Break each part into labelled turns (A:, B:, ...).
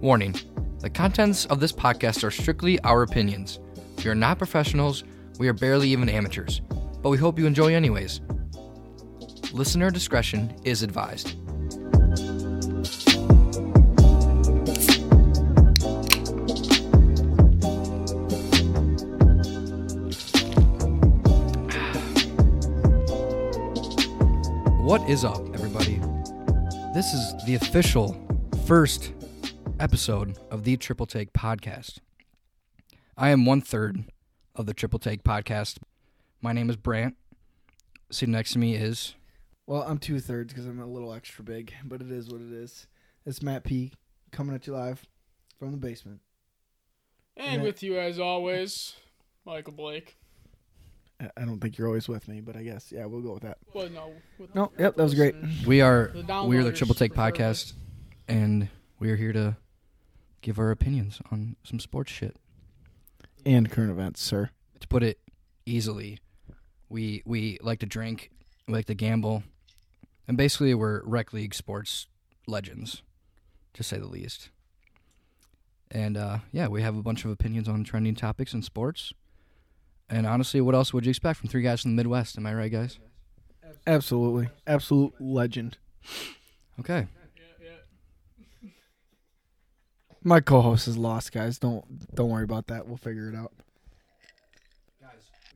A: Warning The contents of this podcast are strictly our opinions. We are not professionals, we are barely even amateurs, but we hope you enjoy anyways. Listener discretion is advised. What is up, everybody? This is the official first episode of the Triple Take Podcast. I am one third of the Triple Take Podcast. My name is Brant. Sitting next to me is
B: Well, I'm two thirds because I'm a little extra big, but it is what it is. It's Matt P coming at you live from the basement.
C: And
B: Yeah.
C: with you as always, Michael Blake.
B: I- I don't think you're always with me, but I guess yeah, we'll go with that.
C: Well, no. with-
B: No, yep, that was great.
A: we are
C: The
A: we are the
C: downloaders
A: Triple Take
C: prefer it.
A: Podcast, and we are here to give our opinions on some sports shit.
B: And current events, sir.
A: to put it easily, we we like to drink, we like to gamble, and basically we're rec league sports legends, to say the least. And uh, yeah, we have a bunch of opinions on trending topics in sports. And honestly, what else would you expect from three guys from the Midwest? Am I right, guys?
B: Absolutely, absolute legend.
A: Okay.
B: My co-host is lost, guys. Don't don't worry about that. We'll figure it out.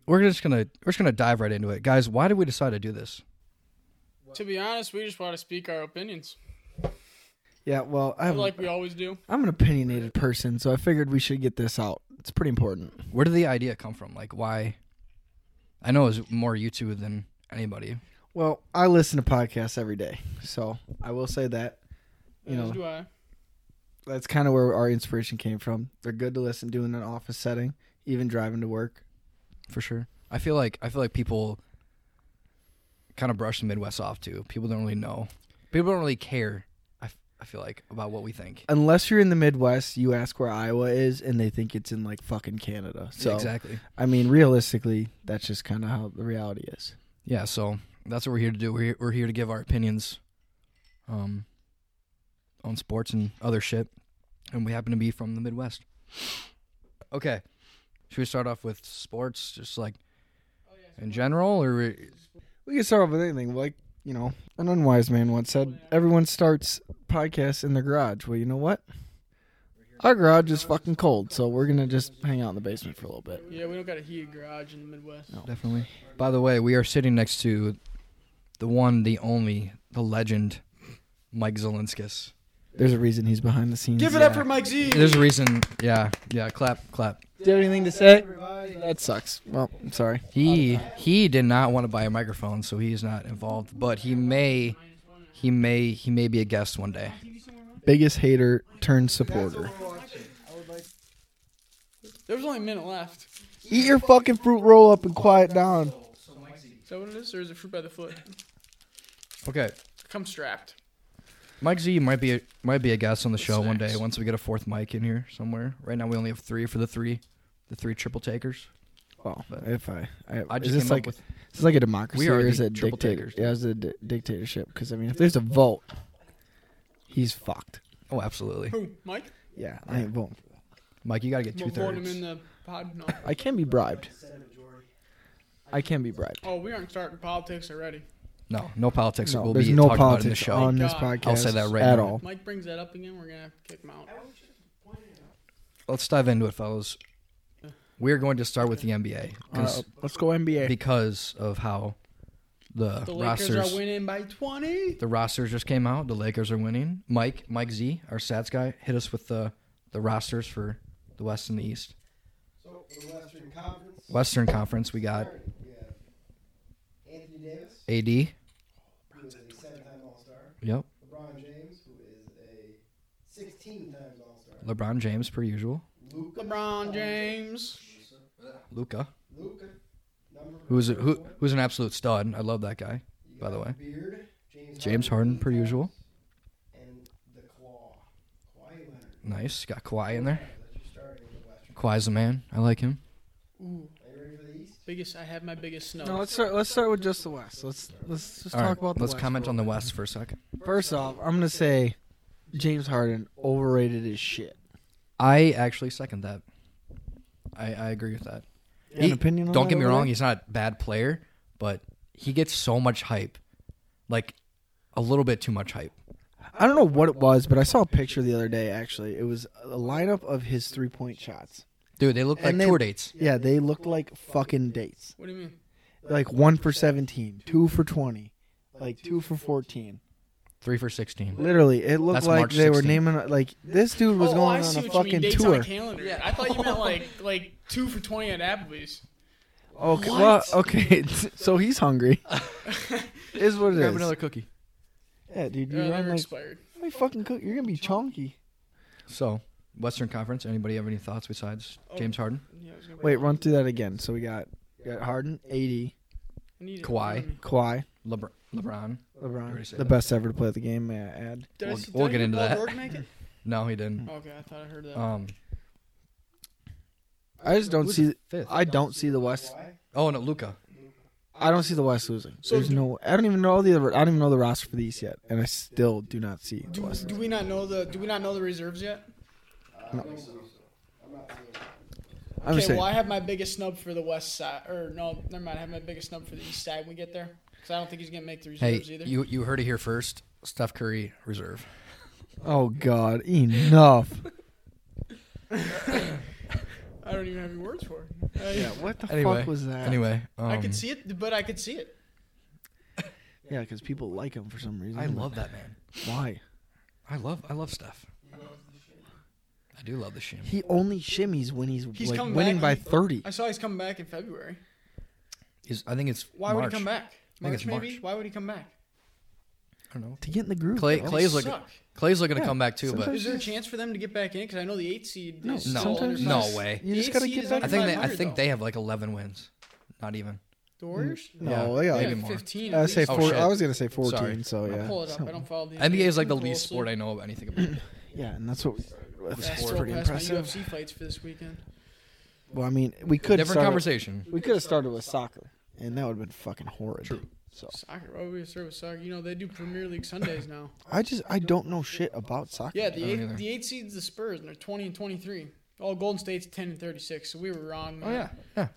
A: We're just gonna we're just gonna dive right into it, guys. Why did we decide to do this?
C: To be honest, we just want to speak our opinions,
B: Yeah, well, I have,
C: like we always do.
B: I'm an opinionated person, so I figured we should get this out. It's pretty important.
A: Where did the idea come from? Like, why? I know it was more you two than anybody.
B: Well, I listen to podcasts every day, so I will say that. You
C: as
B: know,
C: do I.
B: that's kind of where our inspiration came from. They're good to listen to in an office setting, even driving to work.
A: for sure. I feel like I feel like people kind of brush the Midwest off too. People don't really know. People don't really care. I, f- I feel like about what we think.
B: Unless you're in the Midwest, you ask where Iowa is, and they think it's in like fucking Canada. So,
A: exactly.
B: I mean, realistically, that's just kind of how the reality is.
A: Yeah. So that's what we're here to do. We're here, we're here to give our opinions, um, on sports and other shit, and we happen to be from the Midwest. Okay. Should we start off with sports, just like in general, or we-
B: We can start off with anything. Like, you know, an unwise man once said, everyone starts podcasts in their garage. Well, you know what? Our garage is fucking cold, so we're going to just hang out in the basement for a little bit.
C: Yeah, we don't got a heated garage in the Midwest.
A: Definitely. By the way, we are sitting next to the one, the only, the legend, Mike Zelinskis.
B: There's a reason he's behind the scenes.
C: Give it up
B: Yeah.
C: for Mike Z.
A: There's a reason. Yeah, yeah. Clap, clap.
B: Do you have anything to say? That sucks. Well, I'm sorry.
A: He he did not want to buy a microphone, so he is not involved. But he may, he may, he may be a guest one day.
B: biggest hater turned supporter.
C: There was only a minute left. Is
B: Eat your fucking fruit roll up and quiet down.
C: that what it is, or is it fruit by the foot?
A: Okay,
C: Come strapped.
A: Mike Z might be a, might be a guest on the show one day
C: next?
A: once we get a fourth mic in here somewhere. Right now we only have three for the three, the three triple takers.
B: Well,
A: But
B: if I, I,
A: I
B: is
A: just
B: this
A: came
B: like
A: up with
B: is this like a democracy
A: We are
B: or is
A: the
B: it
A: triple
B: dictator?
A: takers.
B: Yeah, it's a di- dictatorship. Because I mean, if there's a vote, he's fucked.
A: oh absolutely,
C: Who? Mike?
B: Yeah, I ain't voting. For
A: Mike you got to get two
C: We'll board him
A: thirds.
C: in the pod. No.
B: that. I can be bribed. I can be bribed.
C: Oh, we aren't starting politics already.
A: No, no politics.
B: No,
A: will
B: there's
A: be
B: no
A: talked about in the
B: politics
A: show.
B: on this
C: God.
B: podcast.
A: I'll say that right
B: at
A: now.
B: all.
C: Mike brings that up again. We're gonna have to kick him out.
A: Let's dive into it, fellas. We're going to start with the NBA 'cause-
B: Uh, let's go NBA.
A: because of how the,
C: The Lakers
A: rosters
C: are winning by 20.
A: the rosters just came out. The Lakers are winning. Mike Mike Z, our stats guy, hit us with the the rosters for the West and the East.
D: So for the Western Conference,
A: Western Conference, we got
D: we have Anthony Davis,
A: AD.
D: who is a seven-time All-Star.
A: Yep.
D: LeBron James, who is a 16 times All-Star.
A: LeBron James per usual.
D: Luca.
C: LeBron James.
A: Luca,
D: Luca. Number
A: who's a, who who's an absolute stud. I love that guy.
D: you
A: by the
D: got
A: way.
D: Beard, James,
A: James Harden,
D: eight
A: per
D: times,
A: usual.
D: And the Claw. Kawhi Leonard.
A: Nice. Got Kawhi in there.
D: That's your starting in the Western.
A: Kawhi's the man. I like him.
C: Ooh,
D: Are you ready for the East?
C: biggest. I have my biggest snow.
B: No, let's start. Let's start with just the West. Let's let's just
A: All
B: talk
A: right,
B: about the
A: let's
B: West
A: comment
B: for a
A: on the West for a second.
B: First off, I'm gonna say James Harden overrated as shit.
A: I actually second that. I, I agree with that.
B: You have an opinion on
A: don't
B: that
A: get me
B: over
A: wrong,
B: there?
A: he's not a bad player, but he gets so much hype. Like a little bit too much hype.
B: I don't know what it was, but I saw a picture the other day. Actually, it was a lineup of his three point shots.
A: Dude, they look like
B: And they-
A: tour dates.
B: Yeah, they looked like fucking dates.
C: What do you mean?
B: Like one for 17, two for 20, like two for 14.
A: Three for sixteen.
B: Literally, it looked
A: That's
B: like
A: March
B: they were
A: 16th.
B: naming like this dude was
C: oh, I
B: going on
C: see
B: a
C: what you mean.
B: fucking
C: Dates on
B: tour.
C: a calendar. I thought you meant like like two for twenty at Applebee's.
B: Okay, Oh, well, okay, so he's hungry. is what it
A: Grab
B: is.
A: another cookie.
B: yeah, dude,
C: Yeah,
B: you're
C: they're
B: like,
C: Uh, expired.
B: how many fucking cook? You're gonna be chunky.
A: So, Western Conference. Anybody have any thoughts besides James Harden?
C: Yeah, I was gonna-
B: Wait, run through that again. So we got we got Harden, eighty,
C: I need it.
A: Kawhi.
B: Kawhi,
A: Lebr- LeBron. already
B: LeBron,
A: said
B: the
A: that.
B: best ever to play the game. May I add?
C: Did I
A: We'll-
C: see-
A: we'll
C: did I
A: get
C: hear
A: into
C: Paul
A: that.
C: George make it?
A: No, he didn't.
C: Okay, I thought I heard that.
A: Um,
B: I just don't
A: who's
B: see.
A: fifth.
B: I don't see the West.
A: Oh no, Luca.
B: I don't see the West losing.
C: So-
B: There's no. I don't even know all the. Other, I don't even know the roster for the East yet, and I still do not see the
C: do,
B: West.
C: do we not know the Do we not know the reserves yet?
B: I'm
C: Okay,
B: just saying.
C: well, I have my biggest snub for the West side. Or no, never mind. I have my biggest snub for the East side when we get there, because I don't think he's gonna make the
A: Hey,
C: reserves either.
A: you you heard it here first. Steph Curry reserve.
B: Oh God, enough.
C: I don't even have any words for it. I,
B: yeah, what the
A: Anyway,
B: fuck was that?
A: Anyway, um,
C: I could see it, but I could see it.
B: Yeah, because people like him for some reason.
A: I
B: but
A: love that man.
B: why
A: I love I love Steph. I do love the shim.
B: he only shimmies when he's,
C: He's
B: like,
C: coming
B: winning
C: back.
B: by thirty.
C: I saw he's coming back in February.
A: He's, I think it's
C: Why would
A: March.
C: he come back?
A: think
C: March
A: it's
C: maybe.
A: March.
C: Why would he come back?
A: I don't know.
B: To get in the groove.
A: Clay
B: bro.
A: Clay's looking
C: suck.
A: Clay's looking
B: Yeah,
A: to come back too, but
B: sometimes-
C: Is there a chance for them to get back in? Because I know the eight seed.
B: No,
C: is
A: no,
C: still under
A: no
C: five-
A: way.
B: You
C: the
B: just
C: eight
B: gotta
C: seed
B: get
C: is
B: back-
A: I
C: under
A: think they I
C: 500
A: think
C: though.
A: they have like eleven wins. Not even.
C: the Warriors.
B: No,
A: Yeah,
B: they got
C: They
A: maybe
C: have
A: more.
C: Fifteen.
B: I
C: at
B: Uh, say
C: least.
A: Oh,
B: four.
A: shit.
B: I was gonna say
A: Sorry.
B: fourteen. So yeah,
C: I'll pull it up. I don't follow the
A: NBA is like
C: too
A: the least
C: closely.
A: sport I know anything about.
B: yeah, and that's what we started with.
A: That's It's
C: That's
B: It's
A: still
B: pretty
C: pretty
B: impressive.
C: UFC fights for this weekend.
B: Well, I mean, we could
A: Different conversation.
B: We could have started with soccer, and that would have been fucking horrid. So
C: Soccer. Why would we start with soccer? You know they do Premier League Sundays now.
B: I just I don't know shit about soccer.
C: Yeah, the
A: don't either.
C: eight, the eight seeds the Spurs and they're twenty and twenty three. Oh, Golden State's ten and thirty six. So we were wrong.
A: Oh yeah, yeah.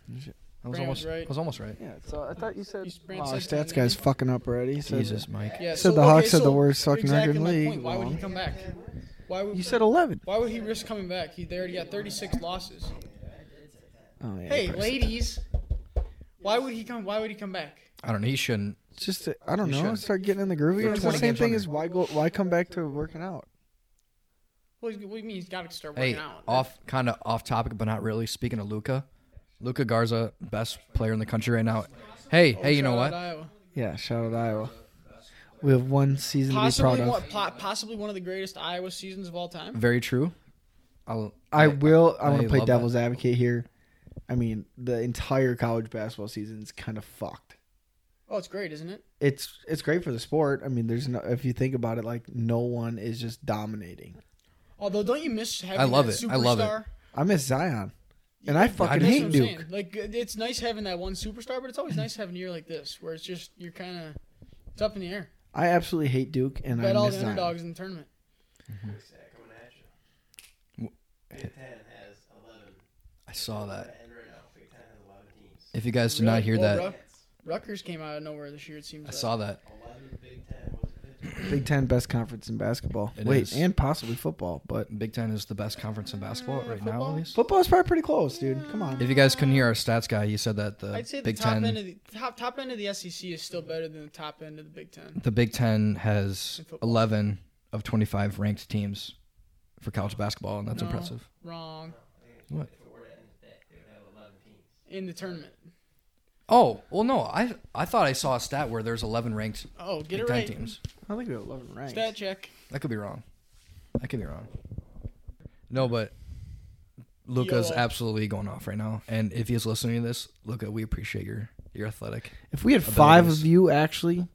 A: I was
C: Brand
A: almost
C: was right.
A: I was almost right.
B: Yeah. So I thought you said.
C: You sprint
B: Wow, our
C: said
B: Oh, stats guy's fucking up already. He said-
A: Jesus, Mike.
C: Yeah,
B: Said the Hawks had the
C: so
B: worst fucking
C: exactly
B: record in the
C: my
B: league.
C: Point. Why would he come back? Why would
B: You said eleven.
C: Why would he risk coming back? He they already got thirty six losses.
B: Oh yeah.
C: Hey,
B: Christ.
C: ladies. Why would he come? Why would he come back?
A: I don't know. He shouldn't.
B: It's just that- I don't
A: You
B: know.
A: should.
B: Start getting in the groove again. It's the
A: 20
B: same
A: games
B: thing
A: under.
B: as why go? Why come back to working out?
C: Well, what do you mean he's got to start working
A: Hey,
C: out?
A: off kind of off topic, but not really. Speaking of Luca, Luca Garza, best player in the country right now. Hey, hey, you know
C: Shout out
A: what?
C: Iowa.
B: Yeah. Shout out Iowa. We have one season to be
C: Possibly
B: proud
C: one,
B: of.
C: po- possibly one of the greatest Iowa seasons of all time.
A: Very true. I'll,
B: I will. I
A: I
B: want to play
A: love that.
B: devil's advocate here. I mean, the entire college basketball season is kind of fucked.
C: Oh, it's great, isn't it?
B: it's it's great for the sport. I mean, there's no if you think about it, like no one is just dominating.
C: Although, don't you miss having
A: I love
C: that
A: it.
C: superstar?
A: I love it.
B: I miss Zion, and I fucking
C: That's what
B: hate
C: I'm
B: Duke.
C: saying. Like uh, it's nice having that one superstar, but it's always nice having a year like this where it's just you're kind of it's up in the air.
B: I absolutely hate Duke, and
C: Bet
B: I
C: all
B: miss
C: the
B: Zion.
C: underdogs in the tournament.
D: Coming at you.
A: W-
D: Big Ten has 11.
A: I saw that.
D: And right now, Big Ten has 11 teams.
A: If you guys did not
C: Really?
A: hear that,
C: Well, Ru- Rutgers came out of nowhere this year. It seems.
A: I
C: like.
A: saw that.
D: 11 Big Ten. What's the Big Ten?
B: Big Ten best conference in basketball.
A: It
B: Wait,
A: is.
B: and possibly football, but
A: Big Ten is the best conference in basketball right now, at
C: Football?
A: least.
B: football is probably pretty close, dude. Come on.
A: If you guys couldn't hear our stats guy, he said that the
C: I'd say the
A: Big
C: top
A: Ten,
C: end of the top top end of the SEC is still better than the top end of the Big Ten.
A: the Big Ten has
C: In football.
A: eleven of twenty-five ranked teams for college basketball, and that's
C: No.
A: impressive.
C: Wrong
A: What?
D: If it were to end today, they would have 11 teams.
C: in the tournament.
A: Oh well, no, I I thought I saw a stat where there's eleven ranked
C: Oh, get
A: Big
C: it
A: Ten
C: right.
A: teams.
B: I think we have 11 ranks.
C: Stat check.
A: I could be wrong. I could be wrong. No, but Luca's
C: Yo.
A: absolutely going off right now. And if he's listening to this, Luca, we appreciate your your athletic.
B: If we had five
A: Abilities.
B: of you, actually,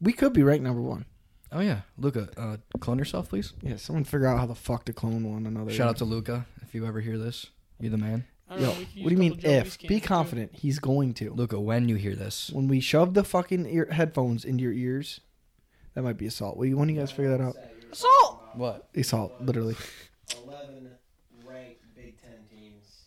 B: we could be ranked number one.
A: Oh yeah, Luca, uh, clone yourself, please.
B: Yeah, someone figure out how the fuck to clone one another.
A: Shout out to Luca if you ever hear this. You're the man,
C: I
B: Yo, what
C: don't know, we could
B: do
C: use
B: you mean
C: double jump,
B: if?
C: we
B: Be
C: can't.
B: confident. He's going to.
A: Luca. When you hear this,
B: when we shove the fucking ear- headphones into your ears, that might be assault. Will you, when do you guys figure that out?
C: Assault.
A: What?
B: Esau, literally.
D: 11 ranked Big Ten teams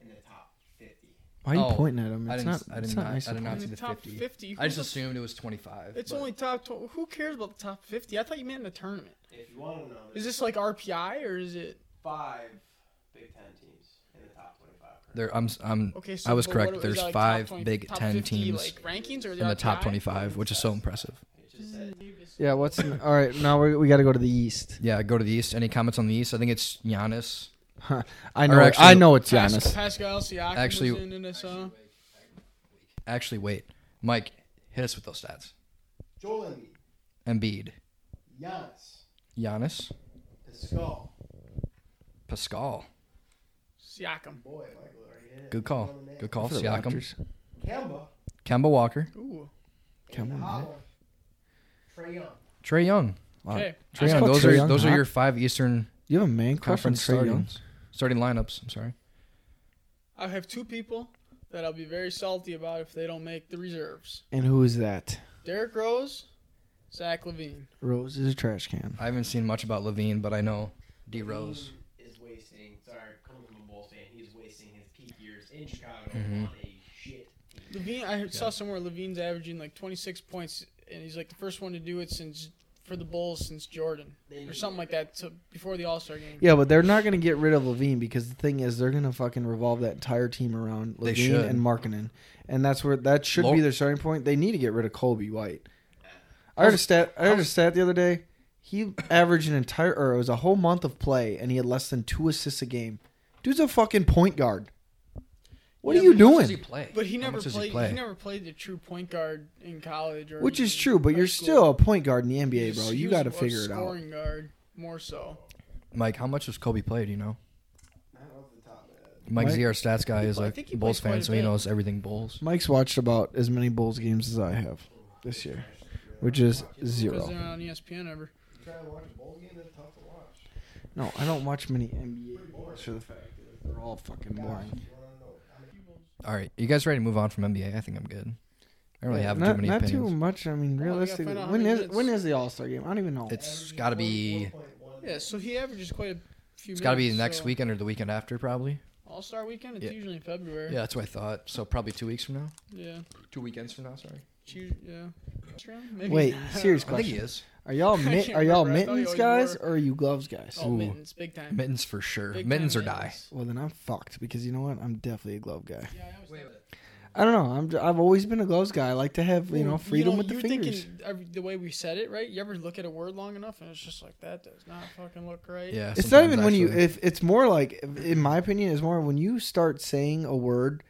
D: in the top 50.
B: Why are you
A: Oh,
B: pointing at him?
A: I
B: It's
A: didn't
B: not.
A: s- I did
B: it's not
A: not-
B: nice
A: I
B: of
A: did
B: him.
A: not-
C: In the
A: to the
C: top
A: 50.
C: 50.
A: I just
C: Who the-
A: assumed it was 25.
C: It's
A: but-
C: only top. Tw- who cares about the top 50? I thought you meant in the tournament.
D: If you want to know,
C: Is
D: there's
C: this like RPI or is it
D: five Big Ten teams in the top 25. currently.
A: There, I'm, s- I'm
C: okay? So
A: I was
C: but
A: correct.
C: what- is
A: There's
C: that, like,
A: five
C: top 20
A: Big
C: top
A: Ten
C: 50,
A: teams
C: like, rankings or
A: in the top
C: RPI?
A: 25, which is so impressive.
D: It just said
B: Yeah. What's all right? Now we we got to go to the East.
A: Yeah, go to the East. Any comments on the East? I think it's Giannis.
B: Huh. I know.
A: actually-
B: I know it's
C: Pas-
B: Giannis.
C: Pascal Siakam
A: Actually-
C: actually, was in in this, uh,
A: Actually, wait. Mike, hit us with those stats.
D: Joel Embiid,
A: Embiid,
D: Giannis,
A: Giannis,
D: Pascal.
A: Pascal.
C: Siakam.
D: Boy, Michael already hit it.
A: Good call. Good call.
B: For the
A: Siakam.
B: Raptors.
D: Kemba,
A: Kemba Walker.
C: Ooh.
B: Come on,
D: Trey Young.
A: Trey Young. Wow.
C: Okay.
A: Trey
B: That's
A: Young.
B: called
A: Those
B: Trae
A: are
B: Young,
A: those are
B: huh?
A: your five Eastern
B: You have a man crush on
A: Conference
B: Trey Young.
A: starting starting lineups. I'm sorry.
C: I have two people that I'll be very salty about if they don't make the reserves.
B: And who is that?
C: Derrick Rose, Zach Levine.
B: Rose is a trash can.
A: I haven't seen much about Levine, but I know D Rose.
D: Levine is wasting. Sorry, coming from a Bulls fan, he's wasting his peak years in Chicago
A: Mhm.
D: on a shit. team.
C: Levine, I heard- saw somewhere Levine's averaging like 26 points, and he's like the first one to do it since for the Bulls since Jordan
D: They
C: or
D: need-
C: something like that to, before the All Star game.
B: Yeah, but they're not going to get rid of Levine because the thing is they're going to fucking revolve that entire team around
A: They
B: Levine
A: should.
B: and Markkinen, and that's where that should
A: Lo-
B: be their starting point. They need to get rid of Colby White. I heard a stat. I heard a stat the other day. He averaged an entire, or it was a whole month of play, and he had less than two assists a game. Dude's a fucking point guard. What
C: Yeah,
B: are you
C: but how
A: How much does he
B: doing?
A: play?
C: But he
A: How
C: never
A: much does
C: played. He,
A: play?
C: never played the true point guard in college, or
B: Which is
C: even
B: true, but
C: high
B: you're
C: school.
B: still a point guard in the
C: He
B: NBA,
C: was-
B: bro.
C: he
B: You
C: was
B: got to
C: a
B: figure it out.
C: Scoring guard more so.
A: Mike, how much does Kobe play? Do you know?
D: Not off the top of my head.
A: Mike
B: Mike?
A: Z, our stats guy, is
C: I
A: a
C: think he
A: Bulls
C: plays quite
A: fan,
C: a
A: so he
C: bit.
A: knows everything Bulls.
B: Mike's watched about as many Bulls games as I have this year, which is
C: Because
B: zero.
C: they're not on E ESPN ever.
D: You try to watch a bowl game, that's tough to watch.
B: No, I don't watch many NBA games for the fact that they're all fucking boring.
D: You wanna know how many-
A: All right, you guys ready to move on from NBA? I think I'm good. I don't really have
B: not,
A: too many
B: not
A: opinions.
B: too much. I mean,
C: Come on, we gotta
B: realistically,
C: find out how
B: when
C: many
B: is
C: minutes.
B: when is the All Star game? I don't even know.
A: It's got to be.
D: 1.1.
C: Yeah, so he averages quite a few.
A: It's got to be next weekend or the weekend after, probably.
C: All Star weekend. It's
A: Yeah.
C: usually in February.
A: Yeah, that's what I thought. So probably two weeks from now,
C: Yeah.
A: two weekends from now. Sorry.
C: It's usu- yeah. Maybe. Oh,
B: Wait, serious
A: I think
B: question.
A: he is.
B: Are y'all
C: I
B: mit-
C: can't
B: are y'all
C: remember. I thought
B: mittens
C: y'all
B: guys
C: were-
B: or are you gloves guys?
C: Oh,
A: Ooh.
C: mittens, big time.
A: Mittens for sure.
C: Big
A: Mittens or
C: time
A: die.
B: Well, then I'm fucked because you know what? I'm definitely a glove guy.
C: Yeah, I always thought-
B: I don't know. I'm j- I've always been a gloves guy. I like to have you
C: Ooh,
B: know freedom with the
C: you're
B: fingers.
C: Thinking, every- the way we said it, right? You ever look at a word long enough and it's just like that does not fucking look right.
A: Yeah.
B: It's not
A: sometimes
B: even when you.
A: actually.
B: If it's more like, in my opinion, it's more when you start saying a word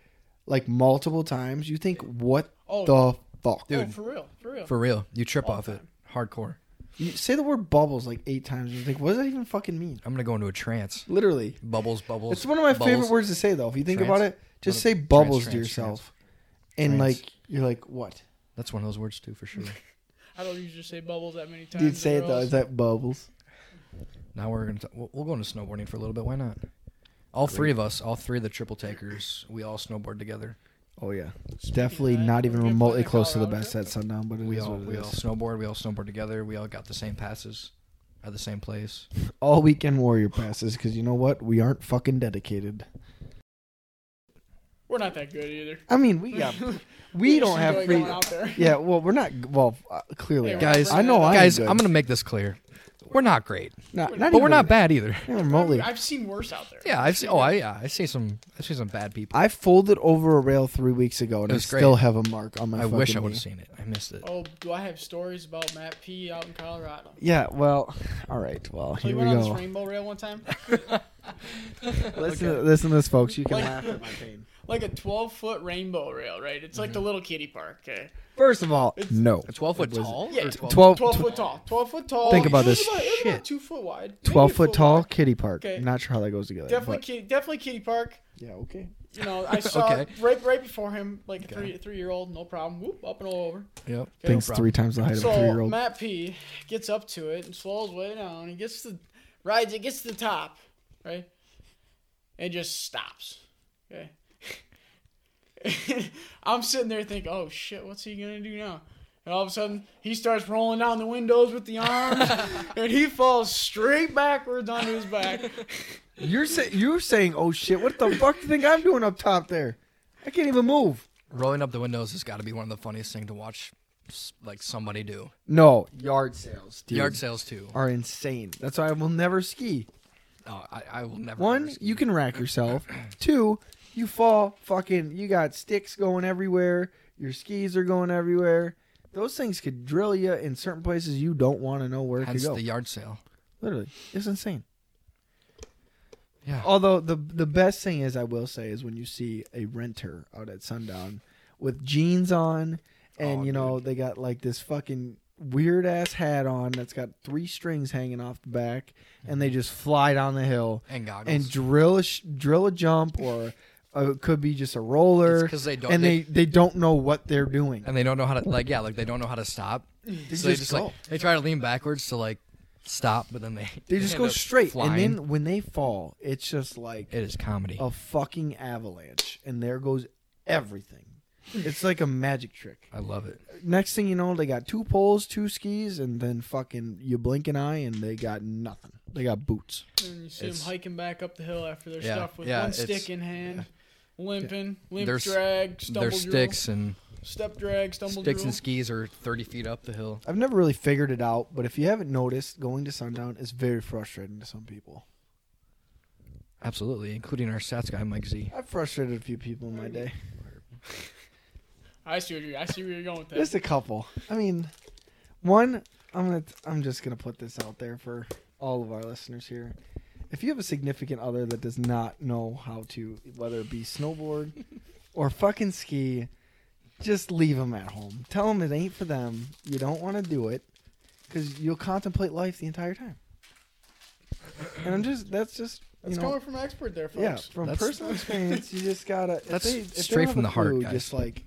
B: like multiple times. You think, what
C: Oh,
B: the fuck?
C: oh,
A: dude.
C: for real, for real.
A: for real, you trip
C: All
A: off it
C: time.
A: hardcore.
B: You say the word bubbles like eight times. You think, what does that even fucking mean?
A: I'm gonna go into a trance.
B: Literally,
A: Bubbles, bubbles.
B: it's one of my favorite
A: bubbles.
B: words to say though. If you think
A: Trans-
B: about it, just say bubbles to yourself, and
A: Trans.
B: like you're like, what?
A: That's one of those words too, for sure.
C: I don't usually say bubbles that many times.
B: Dude, say
C: or
B: it though.
C: else-
B: Is that bubbles?
A: Now we're gonna t- we'll, we'll go into snowboarding for a little bit. Why not? All three of us, all three of the triple takers, we all snowboard together.
B: Oh yeah,
C: Speaking
B: definitely
C: of that,
B: not
C: we're
B: even
C: gonna play
B: remotely
C: that
B: close to the
C: Colorado
B: best
C: trip?
B: at sundown, but it
A: We
B: is
A: all
B: what
A: we
B: it
A: all
B: is.
A: snowboard. We all snowboard together. We all got the same passes at the same place.
B: All weekend warrior passes because you know what? We aren't fucking dedicated.
C: We're not that good either.
B: I mean, we got we
C: just
B: don't have
C: enjoy
B: free.
C: going out there.
B: Yeah, well, we're not. Well, uh, clearly,
C: Hey,
B: not.
A: Guys,
B: I know. I
A: Guys,
B: am
A: I'm gonna make this clear. We're not great,
B: not, not
A: but we're
B: even-
A: not bad either.
B: not remotely.
C: I've seen worse out there.
A: Yeah, I've seen. Oh, I yeah, I see some. I see some bad people.
B: I folded over a rail three weeks ago, and
A: It
B: I
A: was great.
B: still have a mark on my.
A: I wish I
B: fucking
A: would have
B: knee.
A: seen it. I missed it.
C: Oh, do I have stories about Matt P out in Colorado?
B: Yeah. Well. All right. Well,
C: So
B: here
C: you
B: we
C: went on this
B: go.
C: rainbow rail one time,
B: Listen, to, listen to this, folks. You can
C: Like-
B: laugh at my pain.
C: like a twelve foot rainbow rail, right? It's
B: Mm-hmm.
C: like the little kiddie park. Okay,
B: First of all,
C: It's-
B: no.
A: A Twelve foot
B: It was-
A: tall.
C: yeah,
A: or 12
B: 12,
C: twelve foot tall, twelve foot tall.
B: Think about
C: It was
B: this
C: About, it was
A: shit.
C: about two foot wide, maybe a
B: 12 foot tall
C: wide.
B: kitty park.
C: Okay.
B: I'm not sure how that goes together.
C: Definitely,
B: but-
C: kid, definitely kiddie park.
B: yeah. Okay.
C: You know, I saw
A: Okay.
C: right right before him, like
A: Okay.
C: a three three year old, no problem. Whoop, up and all over.
A: Yep.
C: Okay,
B: Things three times the height of a three year
C: So
B: old.
C: Matt P gets up to it and slows way down. He gets to rides it, gets to the top, right? And just stops. Okay. I'm sitting there thinking, oh shit, what's he gonna do now? And all of a sudden, he starts rolling down the windows with the arms, and he falls straight backwards onto his back.
B: You're say- you're saying, oh shit, what the fuck do you think I'm doing up top there? I can't even move.
A: Rolling up the windows has got to be one of the funniest things to watch, s- like somebody do.
B: No, yard sales, dude,
A: Yard sales too.
B: are insane. That's why I will never ski.
A: Oh, I, I will never.
B: One,
A: ever ski.
B: you can rack yourself. Two, you fall fucking. You got sticks going everywhere. Your skis are going everywhere. Those things could drill you in certain places you don't want to know where
A: Hence
B: to go.
A: the yard sale.
B: Literally, it's insane.
A: Yeah.
B: Although the the best thing is, I will say, is when you see a renter out at sundown with jeans on, and
A: Oh,
B: you know they got like this fucking weird ass hat on that's got three strings hanging off the back, and
A: Mm-hmm.
B: they just fly down the hill
A: And goggles.
B: and drill a sh- drill a jump or uh, it could be just a roller.
A: because they don't.
B: And they, they don't know what they're doing.
A: and they don't know how to like yeah like they don't know how to stop.
B: They
A: so they just
B: go.
A: like they try to lean backwards to like stop, but then they
B: they just
A: end
B: go
A: up
B: straight.
A: Flying.
B: And then Oh. when they fall, it's just like
A: it is comedy.
B: a fucking avalanche, and there goes everything. It's like a magic trick.
A: I love it.
B: Next thing you know, they got two poles, two skis, and then fucking you blink an eye, and they got nothing. They got boots.
C: And you see
A: It's-
C: him hiking back up the hill after their
A: Yeah,
C: stuff with
A: yeah,
C: one
A: it's-
C: stick in hand, limping, limp
A: There's-
C: drag, stumble
A: Their
C: drool,
A: sticks and
C: step drag, stumble
A: sticks
C: drool.
A: and skis are thirty feet up the hill.
B: I've never really figured it out, but if you haven't noticed, going to sundown is very frustrating to some people.
A: Absolutely, including our stats guy Mike Z.
B: I've frustrated a few people in my day.
C: I see what you. I see where you're going with that.
B: Just a couple. I mean, one. I'm gonna. I'm just gonna put this out there for all of our listeners here. If you have a significant other that does not know how to, whether it be snowboard or fucking ski, just leave them at home. Tell them it ain't for them. You don't want to do it because you'll contemplate life the entire time. And I'm just. That's just. You
C: That's
B: know,
C: coming from an expert there, folks.
B: yeah, from
A: That's-
B: personal experience, you just gotta. if
A: That's
B: they- if they
A: straight
B: don't
A: from
B: have a
A: the heart,
B: clue,
A: guys.
B: Just like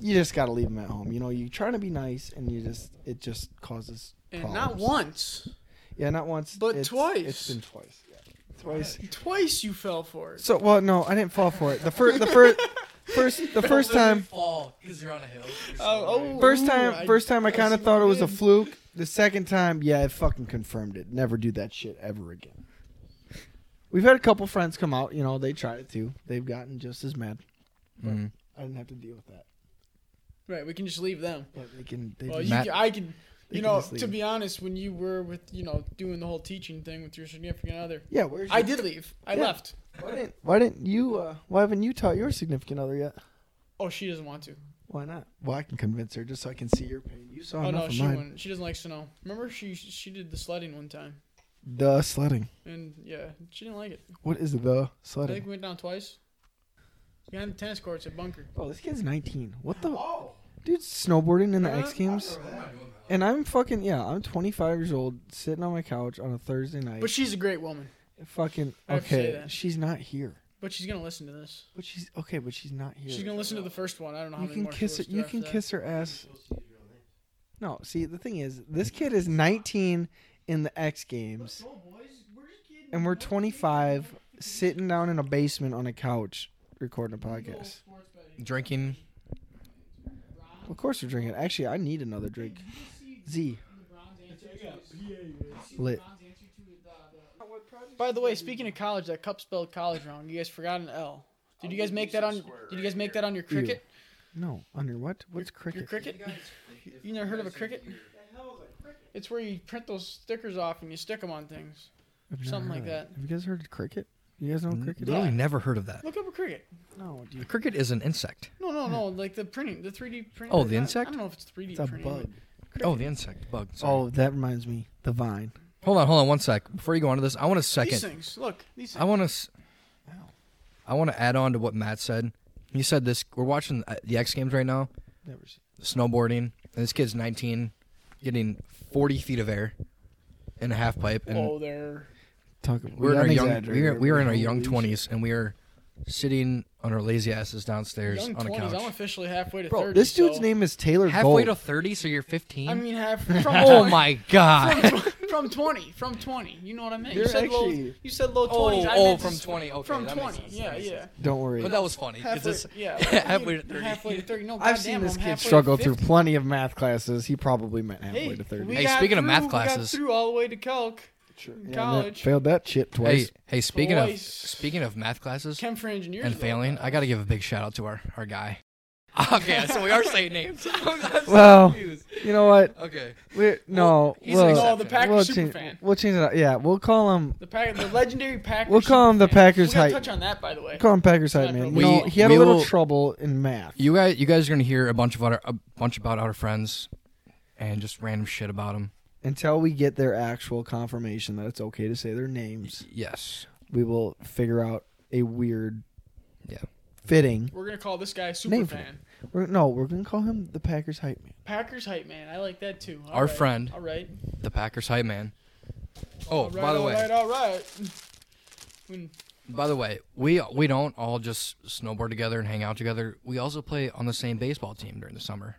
B: you just gotta leave them at home. You know, you try to be nice, and you just it just causes.
C: And not
B: problems.
C: once,
B: Yeah, not once,
C: but
B: it's-
C: twice.
B: It's been twice. Yeah, twice.
C: twice you fell for it.
B: So well, no, I didn't fall for it. The first, the first, first, the first time,
A: fall because you're on a hill.
C: Oh, oh,
B: first
C: ooh,
B: time, first time, I
C: see
B: kind of
C: what
B: thought it
C: you
B: was a
C: did.
B: fluke. The second time, yeah, it fucking confirmed it. Never do that shit ever again. We've had a couple friends come out. You know, they tried it too. They've gotten just as mad. I didn't have to deal with that.
C: Right, we can just leave them.
B: But they can. They
C: Well,
B: just-
C: you,
A: Matt-
C: can- I can.
B: They
C: You
B: can
C: know,
B: just leave.
C: to be honest, when you were with, you know, doing the whole teaching thing with your significant other,
B: yeah, where's
C: I
B: your-
C: did leave. I
B: Yeah.
C: left.
B: Why didn't, why didn't you? Uh, why haven't you taught your significant other yet?
C: Oh, she doesn't want to.
B: Why not? Well, I can convince her just so I can see your pain. You saw
C: Oh,
B: enough
C: no,
B: of
C: she
B: mine.
C: wouldn't. She doesn't like snow. Remember, she she did the sledding one time,
B: The sledding.
C: and yeah, she didn't like it.
B: What is the
C: I think
B: sledding?
C: we went down twice. Behind the tennis courts at Bunker.
B: Oh, this kid's 19. What the?
D: Oh,
B: Dude's snowboarding in the X
C: Uh,
B: Games. And I'm fucking, yeah, I'm 25 years old, sitting on my couch on a Thursday night.
C: But she's a great woman.
B: fucking,
C: I have to say
B: okay,
C: that.
B: she's not here.
C: But she's gonna listen to this.
B: But she's, okay, but she's not here.
C: She's gonna listen to the first one. I don't know how
B: you
C: many
B: can
C: more she
B: kiss her,
C: listens to
B: you
C: after
B: can
C: that.
B: kiss her ass
D: supposed to use your own name.
B: No, see, the thing is, this kid is 19 in the X Games,
D: No, boys, we're just kidding.
B: and we're 25 sitting down in a basement on a couch recording a podcast.
A: Drinking.
B: Of course, we're drinking. Actually, I need another drink. Z. Lit.
C: By the way, speaking of college, that cup spelled college wrong. You guys forgot an L. Did you guys make that on? Did you guys make that on your cricket?
B: No, under what? What's
C: Your
B: cricket?
C: cricket? You never heard of a cricket? It's where you print those stickers off and you stick them on things.
B: I've never
C: Something
B: heard
C: like
B: of
C: that.
B: Have you guys heard of cricket? You guys know what Oh, cricket?
A: Literally
B: is?
A: never heard of that.
C: Look up a cricket.
B: No, dude.
A: Cricket is an insect.
C: No, no, no. Like the printing, the 3D printing.
A: Oh, the
C: I-
A: insect?
C: I don't know if it's 3D
B: It's a
C: printing.
B: bug.
A: Oh, the insect bug. Sorry.
B: Oh, that reminds me. The vine.
A: Hold on, hold on, one sec. Before you go on to this, I want to
C: but These
A: second.
C: things. Look, these
A: I
C: things.
A: want to. I want to add on to what Matt said. He said this. We're watching uh, the X Games right now,
B: Never seen.
A: snowboarding, and this kid's 19, getting 40 feet of air in a half pipe, and
C: Oh, they're.
B: Talk. We
A: we're in
B: got
A: our
B: an
A: young, we
B: exaggerator.
A: were, we were in our young
B: Holy shit.
A: 20s, and we are sitting on our lazy asses downstairs
C: Young
A: on a
C: 20s. I'm
A: couch.
C: officially halfway to
B: Bro,
C: 30.
B: this dude's
C: so-
B: name is Taylor
A: Halfway
B: Gold.
A: to 30, so you're 15.
C: I mean, half. From
A: oh
C: 20
A: my god!
C: From from twenty, from twenty. You know what I mean?
B: You're
C: you said low.
B: actually-
C: You said low
A: Oh,
C: twenties. I
A: oh,
C: meant
A: from
C: just-
A: twenty. Okay,
C: From
A: that makes
C: twenty.
A: sense.
C: Yeah,
A: That makes
C: yeah.
A: sense.
B: Don't worry.
A: But that was funny. 'cause
C: Halfway,
A: this-
C: yeah,
A: halfway to thirty.
C: Halfway to thirty. No,
B: I've
C: goddamn,
B: seen this
C: I'm
B: kid
C: halfway to
B: struggle
C: 50.
B: through plenty of math classes. He probably meant halfway
C: Hey,
B: to
C: we
B: thirty.
A: Hey,
C: got
A: speaking of math
C: through- we got
A: classes-
C: through all the way to calc,
B: Sure.
C: in
B: Yeah, that-
C: college,
B: failed that shit
A: Hey,
B: twice.
A: hey, speaking of
C: Twice.
A: speaking of math classes
C: chem for engineers
A: and
C: though.
A: failing, I got to give a big shout out to our our guy. Okay, so we are saying names. I'm, I'm so
B: Well,
A: confused.
B: You know what?
A: okay.
B: We no.
A: he's an
B: look,
A: exception.
C: No, oh, the Packers
B: we'll
C: superfan.
B: change, we'll change it. Up. Yeah, we'll call him.
C: The Pack, the legendary Packers.
B: We'll call him the
C: superfan.
B: Packers
C: We gotta
B: hype.
C: touch on that, by the way.
B: Call him Packers
C: Not
B: hype man.
C: really.
B: You know,
A: We-
B: he had
A: we
B: a little
A: will-
B: trouble in math.
A: You guys, you guys are gonna hear a bunch about our, a bunch about our friends, and just random shit about them.
B: Until we get their actual confirmation that it's okay to say their names,
A: Yes.
B: we will figure out a weird,
A: Yeah.
B: fitting.
C: We're gonna call this guy super
B: Name for
C: fan.
B: We're, no, we're gonna call him the Packers hype man.
C: Packers hype man. I like that too. All
A: Our
C: right.
A: friend.
C: All right.
A: The Packers hype man. Oh,
C: All right.
A: by the
C: all
A: way,
C: right, all right. When-
A: by the way, we we don't all just snowboard together and hang out together. We also play on the same baseball team during the summer.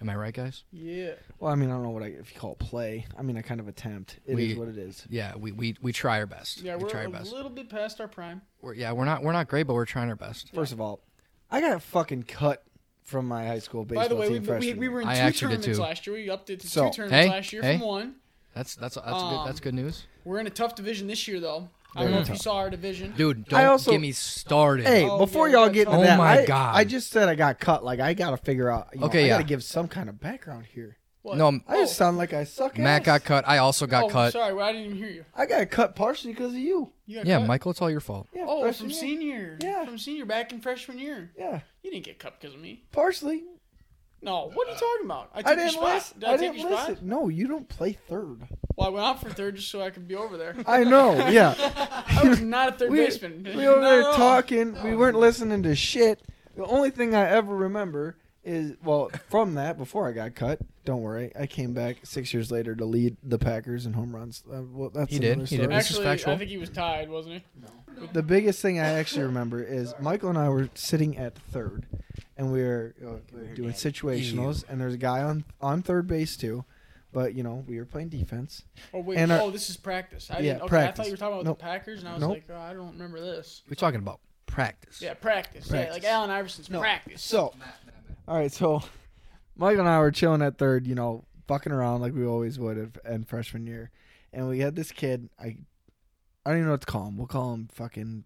A: Am I right, guys?
C: yeah.
B: Well, I mean, I don't know what I if you call it play. I mean, I kind of attempt. It is
A: We-
B: what it is.
A: Yeah, we we, we try our best.
C: Yeah,
A: we
C: we're
A: try
C: a
A: our best.
C: little bit past our prime.
A: We're, yeah, we're not we're not great, but we're trying our best.
B: First of all, I got fucking cut from my high school baseball
C: By the way,
B: team
C: we,
B: freshman.
C: we, we were in
A: I
C: two
A: actually did
C: tournaments
A: too.
C: last year. We upped it to
B: So-
C: two tournaments
A: Hey,
C: last year
A: hey.
C: from one.
A: That's that's that's
C: Um,
A: good that's good news,
C: We're in a tough division this year, though. I don't
B: Very
C: know if you
B: tough.
C: saw our division.
A: dude. Don't
B: I also-
A: get me started.
B: Hey,
C: Oh,
B: before
C: yeah,
B: y'all
C: that's
B: get into
A: right. Oh
B: that,
A: my
B: I,
A: God.
B: I just said I got cut. Like I gotta figure out. You
A: Okay,
B: okay, know, I
A: yeah.
B: gotta give some kind of background here.
C: What?
A: no,
B: I just sound like I suck.
A: Matt
B: ass.
A: got cut. I also got
C: oh,
A: cut.
C: Sorry, well, I didn't even hear you.
B: I got cut partially because of you.
C: you got
A: Yeah,
C: cut.
A: Michael, it's all your fault.
B: Yeah.
C: Oh,
B: freshman
C: from
B: year.
C: senior.
B: Yeah.
C: From senior back in freshman year.
B: Yeah,
C: You didn't get cut because of me.
B: partially.
C: No, what are you talking about? I took
B: Uh, I
C: your
B: didn't
C: spot.
B: listen. I,
C: Did I, take
B: didn't
C: your spot?
B: listen. No, you don't play third.
C: Well, I went out for third just so I could be over there.
B: I know. Yeah.
C: I was not a third
B: we,
C: baseman.
B: we were
C: Not
B: there
C: at all.
B: talking. We weren't listening to shit. The only thing I ever remember is well from that before I got cut. Don't worry, I came back six years later to lead the Packers in home runs. Uh, well, that's
A: He did,
B: another
A: he did.
B: story.
A: This is
C: Actually,
A: factual.
C: I think he was tied, wasn't he?
B: The biggest thing I actually remember is Michael and I were sitting at third, and we were uh, doing situationals, and there's a guy on on third base too, but you know we were playing defense.
C: Oh wait,
B: And our-
C: oh this is practice. I
B: Yeah,
C: didn't, okay, I
B: practice.
C: thought you were talking about
B: Nope.
C: the Packers, and I was
B: Nope.
C: like, oh, I don't remember this.
A: We're talking about practice.
C: Yeah, practice. Yeah, like
B: Practice.
C: Allen Iverson's practice.
B: So, all right, so Michael and I were chilling at third, you know, fucking around like we always would in, in freshman year, and we had this kid. I, I don't even know what to call him. We'll call him fucking.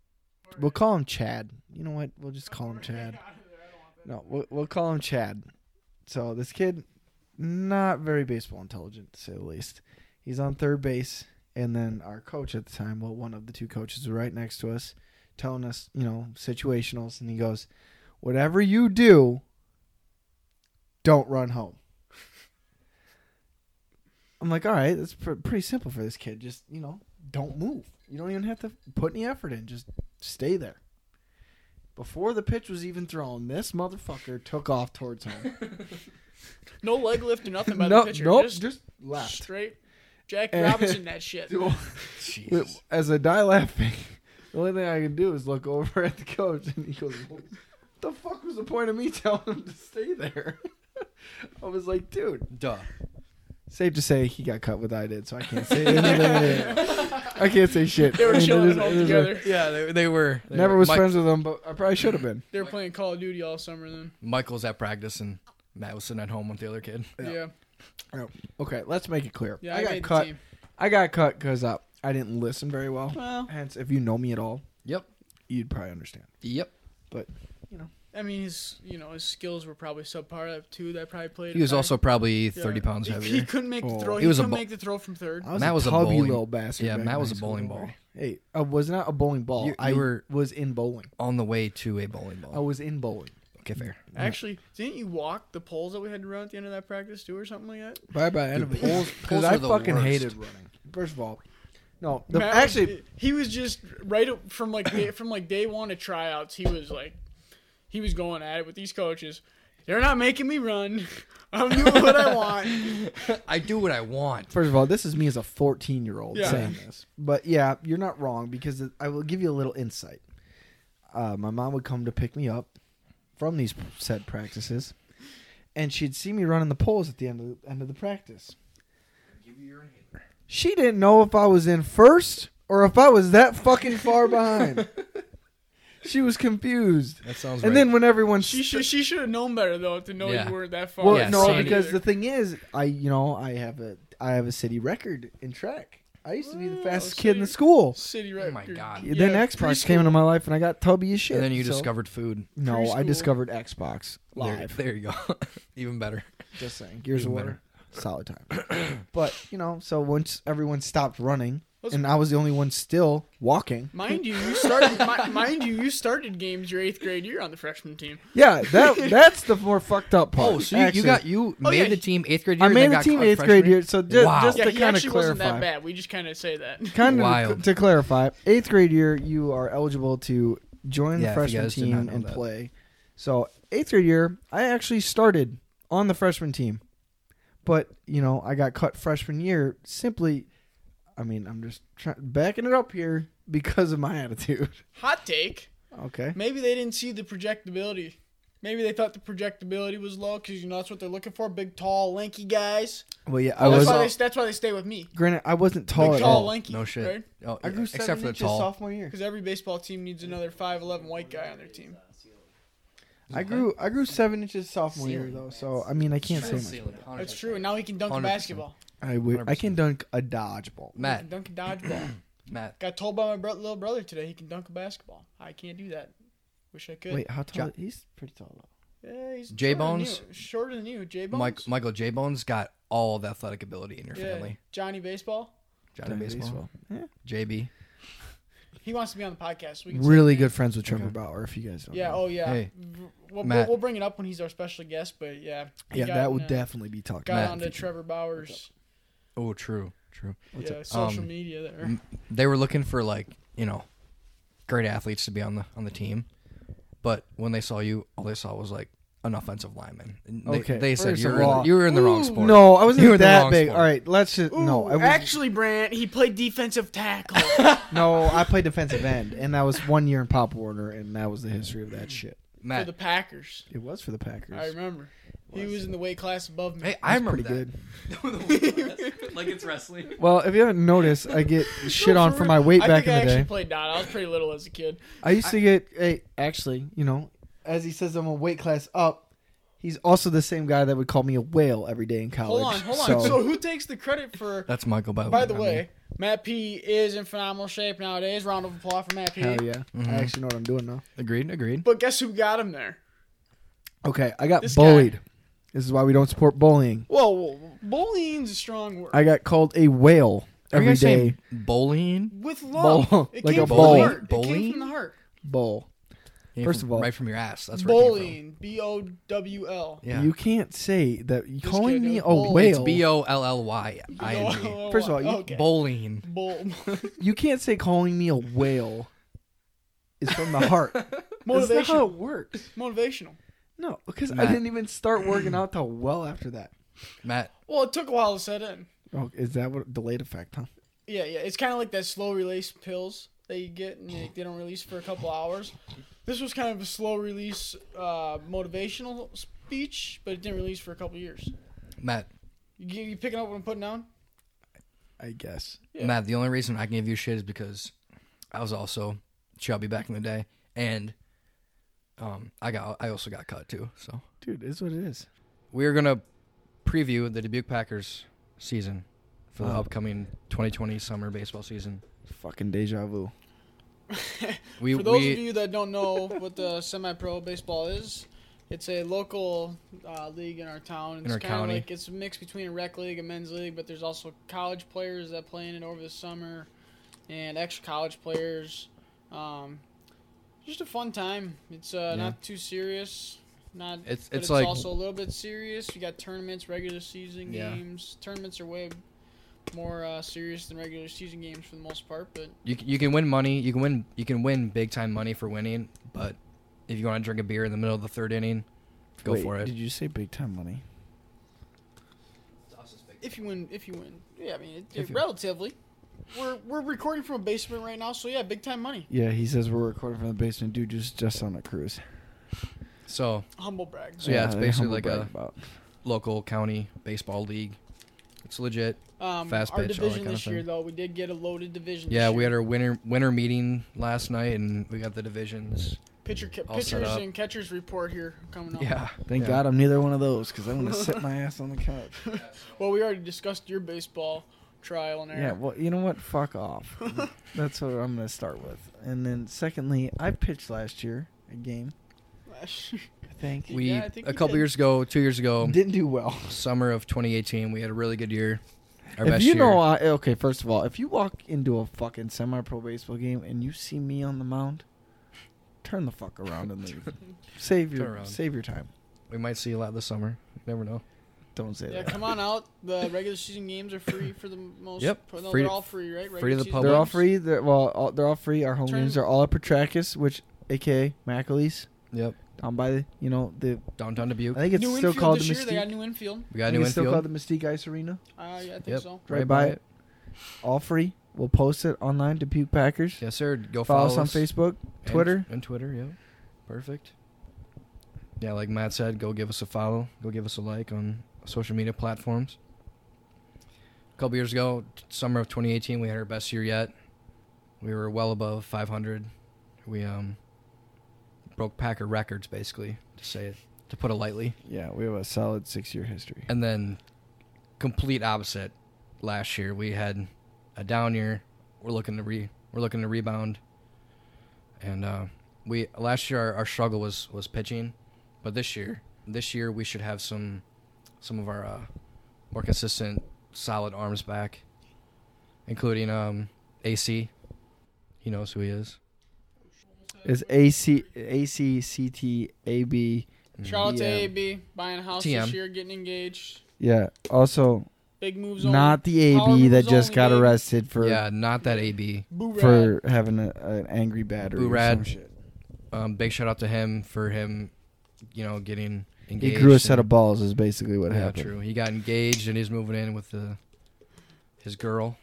B: We'll call him Chad. You know what? We'll just call him Chad. No, we'll, we'll call him Chad. So this kid, not very baseball intelligent to say the least. He's on third base, and then our coach at the time, well, one of the two coaches, was right next to us, telling us, you know, situationals, and he goes, "Whatever you do, don't run home." I'm like, all right, that's pr- pretty simple for this kid. Just you know, don't move. You don't even have to put any effort in. Just stay there. Before the pitch was even thrown, this motherfucker took off towards home.
C: No leg lift or nothing by
B: no,
C: the pitcher.
B: nope, Eh.
C: just,
B: just, left.
C: straight. Jack
B: And-
C: Robinson, that shit.
A: Jesus.
B: As I die laughing, the only thing I can do is look over at the coach, and he goes, "What the fuck was the point of me telling him to stay there?" I was like, "Dude,
A: Duh.
B: Safe to say he got cut with I did, so I can't say anything. I can't say shit.
C: They
B: I
C: were
B: mean, it
C: chilling
B: is-
C: at
B: it
C: home
B: is what-
C: together.
A: Yeah, they, they were. they
B: Never
A: were-
B: was
A: Mi-
B: friends with him, but I probably should have been.
C: They were playing Call of Duty all summer then.
A: Michael was at practice and Matt was sitting at home with the other kid.
B: Yeah.
C: Yeah. Yeah,
B: Okay, let's make it clear. I,
C: made
B: got
C: the
B: cut.
C: team.
B: I got cut because uh, I didn't listen very well.
C: Well,
B: Hence, if you know me at all,
A: Yep.
B: you'd probably understand.
A: Yep.
C: I mean, his you know his skills were probably subpar up too. That probably played.
A: He
C: a
A: was
C: factor.
A: also probably
C: Yeah.
A: 30 pounds
C: He-
A: heavier.
C: He couldn't make
B: Oh.
C: the throw.
A: He
C: He,
A: was a
C: couldn't
A: bu-
C: make the throw from third.
B: I was
A: Matt
B: a
A: was a
B: tubby
A: bowling-
B: little bastard.
A: yeah,
B: back
A: Matt
B: in
A: was
B: high
A: a
B: school,
A: bowling
B: don't
A: ball.
B: worry. Hey, I was not a bowling ball.
A: You- you
B: I
A: were-
B: was in bowling.
A: On the way to a bowling
B: I
A: ball.
B: was in bowling.
A: Okay, fair.
C: Actually, didn't you walk the poles that we had to run at the end of that practice too, or something like that?
B: Bye bye.
A: Dude, poles- poles
B: Because I
A: are the
B: fucking
A: worst.
B: hated running. First of all, no. The,
C: Matt was-
B: actually,
C: he was just right up- from like day, from like day one of tryouts. He was like, he was going at it with these coaches. They're not making me run. I'm doing what I want.
A: I do what I want.
B: First of all, this is me as a 14 year old
C: Yeah.
B: saying this. But yeah, you're not wrong because I will give you a little insight. Uh, my mom would come to pick me up from these said practices, and she'd see me running the poles at the end of the, end of the practice. She didn't know if I was in first or if I was that fucking far behind. she was confused.
A: That sounds
B: And then when everyone
C: She should she should have known better though to know
A: Yeah.
C: you weren't that far.
B: well,
A: Yeah,
B: no,
A: same.
B: because the thing is, I you know I have a I have a city record in track. I used to be the
C: Wow,
B: fastest
C: so
B: kid in
C: you-
B: the school.
C: city
A: Oh
C: record.
A: my God.
C: Yeah,
B: then Xbox came
C: preschool.
B: into my life, and I got tubby as shit.
A: and then you
B: so-
A: discovered food.
B: No, I
C: preschool.
B: discovered Xbox
A: There-
B: live.
A: There, you go. Even better.
B: Just saying, Gears of
A: Even
B: War, solid time. but you know, so once everyone stopped running,
C: Let's-
B: and I was the only one still walking.
C: Mind you, you started. mi- mind you, you started games your eighth grade year on the freshman team.
B: Yeah, that that's the more fucked up part.
A: Oh, so you, you
B: actually.
A: got you
C: Oh,
A: made
C: yeah,
A: the team eighth grade year.
B: I
A: and
B: made
A: then
B: the
A: got
B: team
A: caught
B: eighth
A: freshman?
B: grade year, so just,
A: Wow.
B: just
C: Yeah,
B: to
C: he
B: kind of
C: actually wasn't
B: clarify,
C: that bad. We just kind of say that.
B: kind of
A: Wild.
B: to clarify, eighth grade year you are eligible to join
A: Yeah,
B: the
A: if you
B: freshman
A: guys did not
B: team
A: know
B: and
A: that.
B: play. So eighth grade year, I actually started on the freshman team, but you know I got cut freshman year simply. I mean, I'm just try- backing it up here because of my attitude.
C: Hot take.
B: Okay.
C: Maybe they didn't see the projectability. Maybe they thought the projectability was low because you know that's what they're looking for: big, tall, lanky guys.
B: Well, yeah, I
C: that's
B: was.
C: why they, that's why they stay with me.
B: Granted, I wasn't tall
C: Big,
B: at
C: tall,
B: all.
C: lanky.
A: No shit.
C: Right?
A: Oh,
B: I
A: yeah,
B: grew
A: except
B: seven
A: for the
B: inches
A: tall.
B: sophomore year.
C: Because every baseball team needs another 5'11 white guy on their team.
B: I grew. I grew seven inches sophomore year
A: Ceiling.
B: though. So I mean, I can't say much.
C: That's true. And now he can dunk a
A: 100%.
C: basketball.
B: I wi- I can dunk a dodgeball.
C: He
A: Matt,
C: can dunk a dodgeball.
A: Matt,
C: Got told by my bro- little brother today he can dunk a basketball. I can't do that. Wish I could.
B: Wait, how tall?
A: Jo-
B: He's pretty tall though.
C: Yeah, he's
A: J
C: shorter than
A: Bones?
C: you- Shorter than you, J Bones.
A: Mike, Michael J Bones got all the athletic ability in your
C: Yeah,
A: family.
C: Johnny Baseball.
A: Johnny baseball.
B: Yeah.
A: JB.
C: He wants to be on the podcast. We can say
B: Really
C: his name.
B: good friends with Trevor Bauer, if you guys don't.
C: Yeah.
B: know.
C: Oh yeah.
A: Hey,
C: V- We'll, we'll,
A: Matt.
C: we'll bring it up when he's our special guest, but yeah. he
B: yeah,
C: got
B: that
C: in,
B: would
C: uh,
B: definitely be talked
C: Got
B: about.
C: onto Trevor Bauer's
A: Oh, true, true.
C: yeah, social
A: Um,
C: media there.
A: m- They were looking for like you know, great athletes to be on the on the team, but when they saw you, all they saw was like an offensive lineman. And They,
B: Okay,
A: They said
B: first
A: you
B: of
A: were in the-
B: all-
A: you were in the wrong
C: Ooh,
A: sport.
B: No, I wasn't
A: You were in the
B: that
A: wrong
B: big.
A: sport.
B: All right, let's just no.
C: Ooh,
B: I was,
C: actually, Brant, he played defensive tackle.
B: no, I played defensive end, and that was one year in Pop Warner, and that was the history of that shit.
C: for
A: Matt.
C: the Packers.
B: It was for the Packers.
C: I remember. He was in the weight class above me.
A: Hey, I
B: That's
A: remember
B: pretty
A: that.
B: good.
E: like it's wrestling.
B: Well, if you haven't noticed, I get shit on for my weight
C: I
B: back
C: think I
B: in the
C: actually
B: day.
C: played dot. I was pretty little as a kid.
B: I used to get hey, actually, you know, as he says, I'm a weight class up. He's also the same guy that would call me a whale every day in college.
C: Hold on, hold on. So,
B: so
C: who takes the credit for?
A: That's Michael. By the way.
C: By the
A: I
C: way,
A: mean,
C: Matt P is in phenomenal shape nowadays. Round of applause for Matt P.
B: hell yeah,
A: Mm-hmm.
B: I actually know what I'm doing now.
A: agreed. Agreed.
C: But guess who got him there?
B: Okay, I got
C: This
B: bullied.
C: guy.
B: This is why we don't support bullying.
C: Whoa, whoa, bullying's a strong word.
B: I got called a whale
A: Are you
B: every
A: guys
B: day.
A: saying bullying?
C: With love,
B: Bull-
C: it
B: like
C: came
B: a
C: from
B: bull.
C: the heart. It
A: Bullying?
C: came from the heart.
B: Bull.
A: Came
B: First
A: from-
B: of all-
A: right from your ass. That's where it came from.
C: Bullying, B O W L.
A: Yeah.
B: You can't say that. you calling
C: kid
B: me
C: knows
B: a
C: bull.
A: it's
B: whale.
A: B O L L Y I N G.
B: First of all, you-
C: okay.
A: Bowling.
C: bull.
B: you can't say calling me a whale is from the heart. That's not how
C: motivational,
B: it works.
C: motivational.
B: No, because I
A: Matt.
B: didn't even start working out till well after that.
A: Matt,
C: Well, it took a while to set in.
B: Oh, is that what delayed effect? Huh?
C: Yeah, yeah. It's kind of like that slow release pills that you get and they, they don't release for a couple hours. This was kind of a slow release uh, motivational speech, but it didn't release for a couple years.
A: Matt,
C: You, get- you picking up what I'm putting down?
B: I guess.
C: Yeah.
A: Matt. The only reason I can give you shit is because I was also chubby back in the day, and um, I got I also got cut too. So
B: Dude, it is what it is.
A: we are gonna preview the Dubuque Packers season for the
B: Oh.
A: upcoming 2020 summer baseball season.
B: Fucking deja vu.
A: We
C: For those
A: we
C: of you that don't know what the semi-pro baseball is, it's a local uh, league in our town. It's
A: our
C: kinda
A: county.
C: Like, it's a mix between a rec league, a men's league, but there's also college players that play in it over the summer, and extra college players. Um, just a fun time. It's uh, not too serious. Not.
A: It's-
C: but
A: it's like-
C: also a little bit serious. You got tournaments, regular season
A: Yeah.
C: games. Tournaments are way more uh, serious than regular season games for the most part, but
A: you, c- you can win money. You can win you can win big time money for winning, but if you want to drink a beer in the middle of the third inning, go
B: Wait,
A: for it.
B: Did you say big time money?
C: If you win, if you win, yeah, I mean, it,
A: If
C: it,
A: you-
C: relatively. We're we're recording from a basement right now, so yeah, big time money.
B: Yeah, he says we're recording from the basement. Dude, just just on a cruise.
A: So
C: Humble brag.
A: So, yeah, it's
B: they
A: basically
B: humble
A: like
B: brag
A: a-
B: about.
A: local county baseball league. It's legit.
C: Um,
A: Fast
C: our
A: pitch, all that
C: division
A: kinda
C: this year,
A: thing.
C: though, we did get a loaded division.
A: Yeah,
C: this
A: we
C: year.
A: had our winter winter meeting last night, and we got the divisions.
C: pitcher ca-
A: all set
C: pitchers
A: up.
C: and catchers report here coming
B: Oh.
C: up.
A: Yeah,
B: Thank
A: yeah.
B: God I'm neither one of those because I'm gonna sit my ass on the couch.
C: Well, we already discussed your baseball trial and error.
B: Yeah, well, you know what? Fuck off. That's what I'm gonna start with. And then secondly, I pitched last year a game. I think
A: We
C: Yeah, I
A: a
C: think we
A: couple
C: did.
A: years ago, two years ago,
B: didn't do well.
A: summer of 2018, we had a really good year. Our
B: If
A: best
B: you
A: year.
B: know, uh, I, okay. First of all, if you walk into a fucking semi-pro baseball game and you see me on the mound, turn the fuck around and leave. save
A: Turn
B: your
A: around.
B: save your time.
A: we might see a lot this summer. You never know.
B: Don't say
C: Yeah,
B: that.
C: come on out. The regular season games are free for the most.
A: Yep,
C: part. No,
A: free-
C: they're all free, right?
A: free
C: Regular
A: to the
C: season
A: public.
B: They're all
C: games?
B: free. They're, well, all, they're all free. Our home
C: Turn-
B: games are all at Petracus, which, aka McAleese,
A: Yep,
B: down by the you know the
A: downtown Dubuque.
B: I think it's
C: New
B: still
C: infield
B: called the
C: this year. They got
B: Mystique.
C: new infield.
A: we
B: I
A: got a
B: think
A: new
B: it's still called
A: infield.
B: the Mystique Ice Arena.
C: Uh, yeah, I think
A: Yep.
C: so.
B: Right by it. All free. We'll post it online to Puke Packers.
A: Yes, sir. Go
B: follow,
A: follow,
B: us on Facebook,
A: and-
B: Twitter.
A: and, Twitter. Yep, perfect. Yeah, like Matt said, go give us a follow. Go give us a like on social media platforms. A couple years ago, t- summer of 2018, we had our best year yet. We were well above 500. We um broke Packer records, basically, to say it to put it lightly.
B: Yeah, we have a solid six-year history.
A: And then complete opposite last year. We had a down year. We're looking to re we're looking to rebound. And uh we last year our, our struggle was was pitching, but this year this year we should have some some of our uh more consistent solid arms back including um AC. He knows who he is.
B: It's A C A C C T A B.
C: Shout out to
B: Yeah.
C: AB buying a house
A: TM.
C: this year, getting engaged.
B: Yeah. Also,
C: Big moves.
B: not the
C: Power
B: AB
C: moves
B: that just
C: only,
B: got
C: baby.
B: arrested for
A: yeah, not that AB.
C: only. Boo Rad.
B: for having a, an angry battery
A: Boo
B: or
A: rad.
B: some shit.
A: Um big shout out to him for him, you know, getting
B: He
A: engaged.
B: grew a set
A: and-
B: of balls. Is basically what happened.
A: True. He got engaged and he's moving in with the his girl.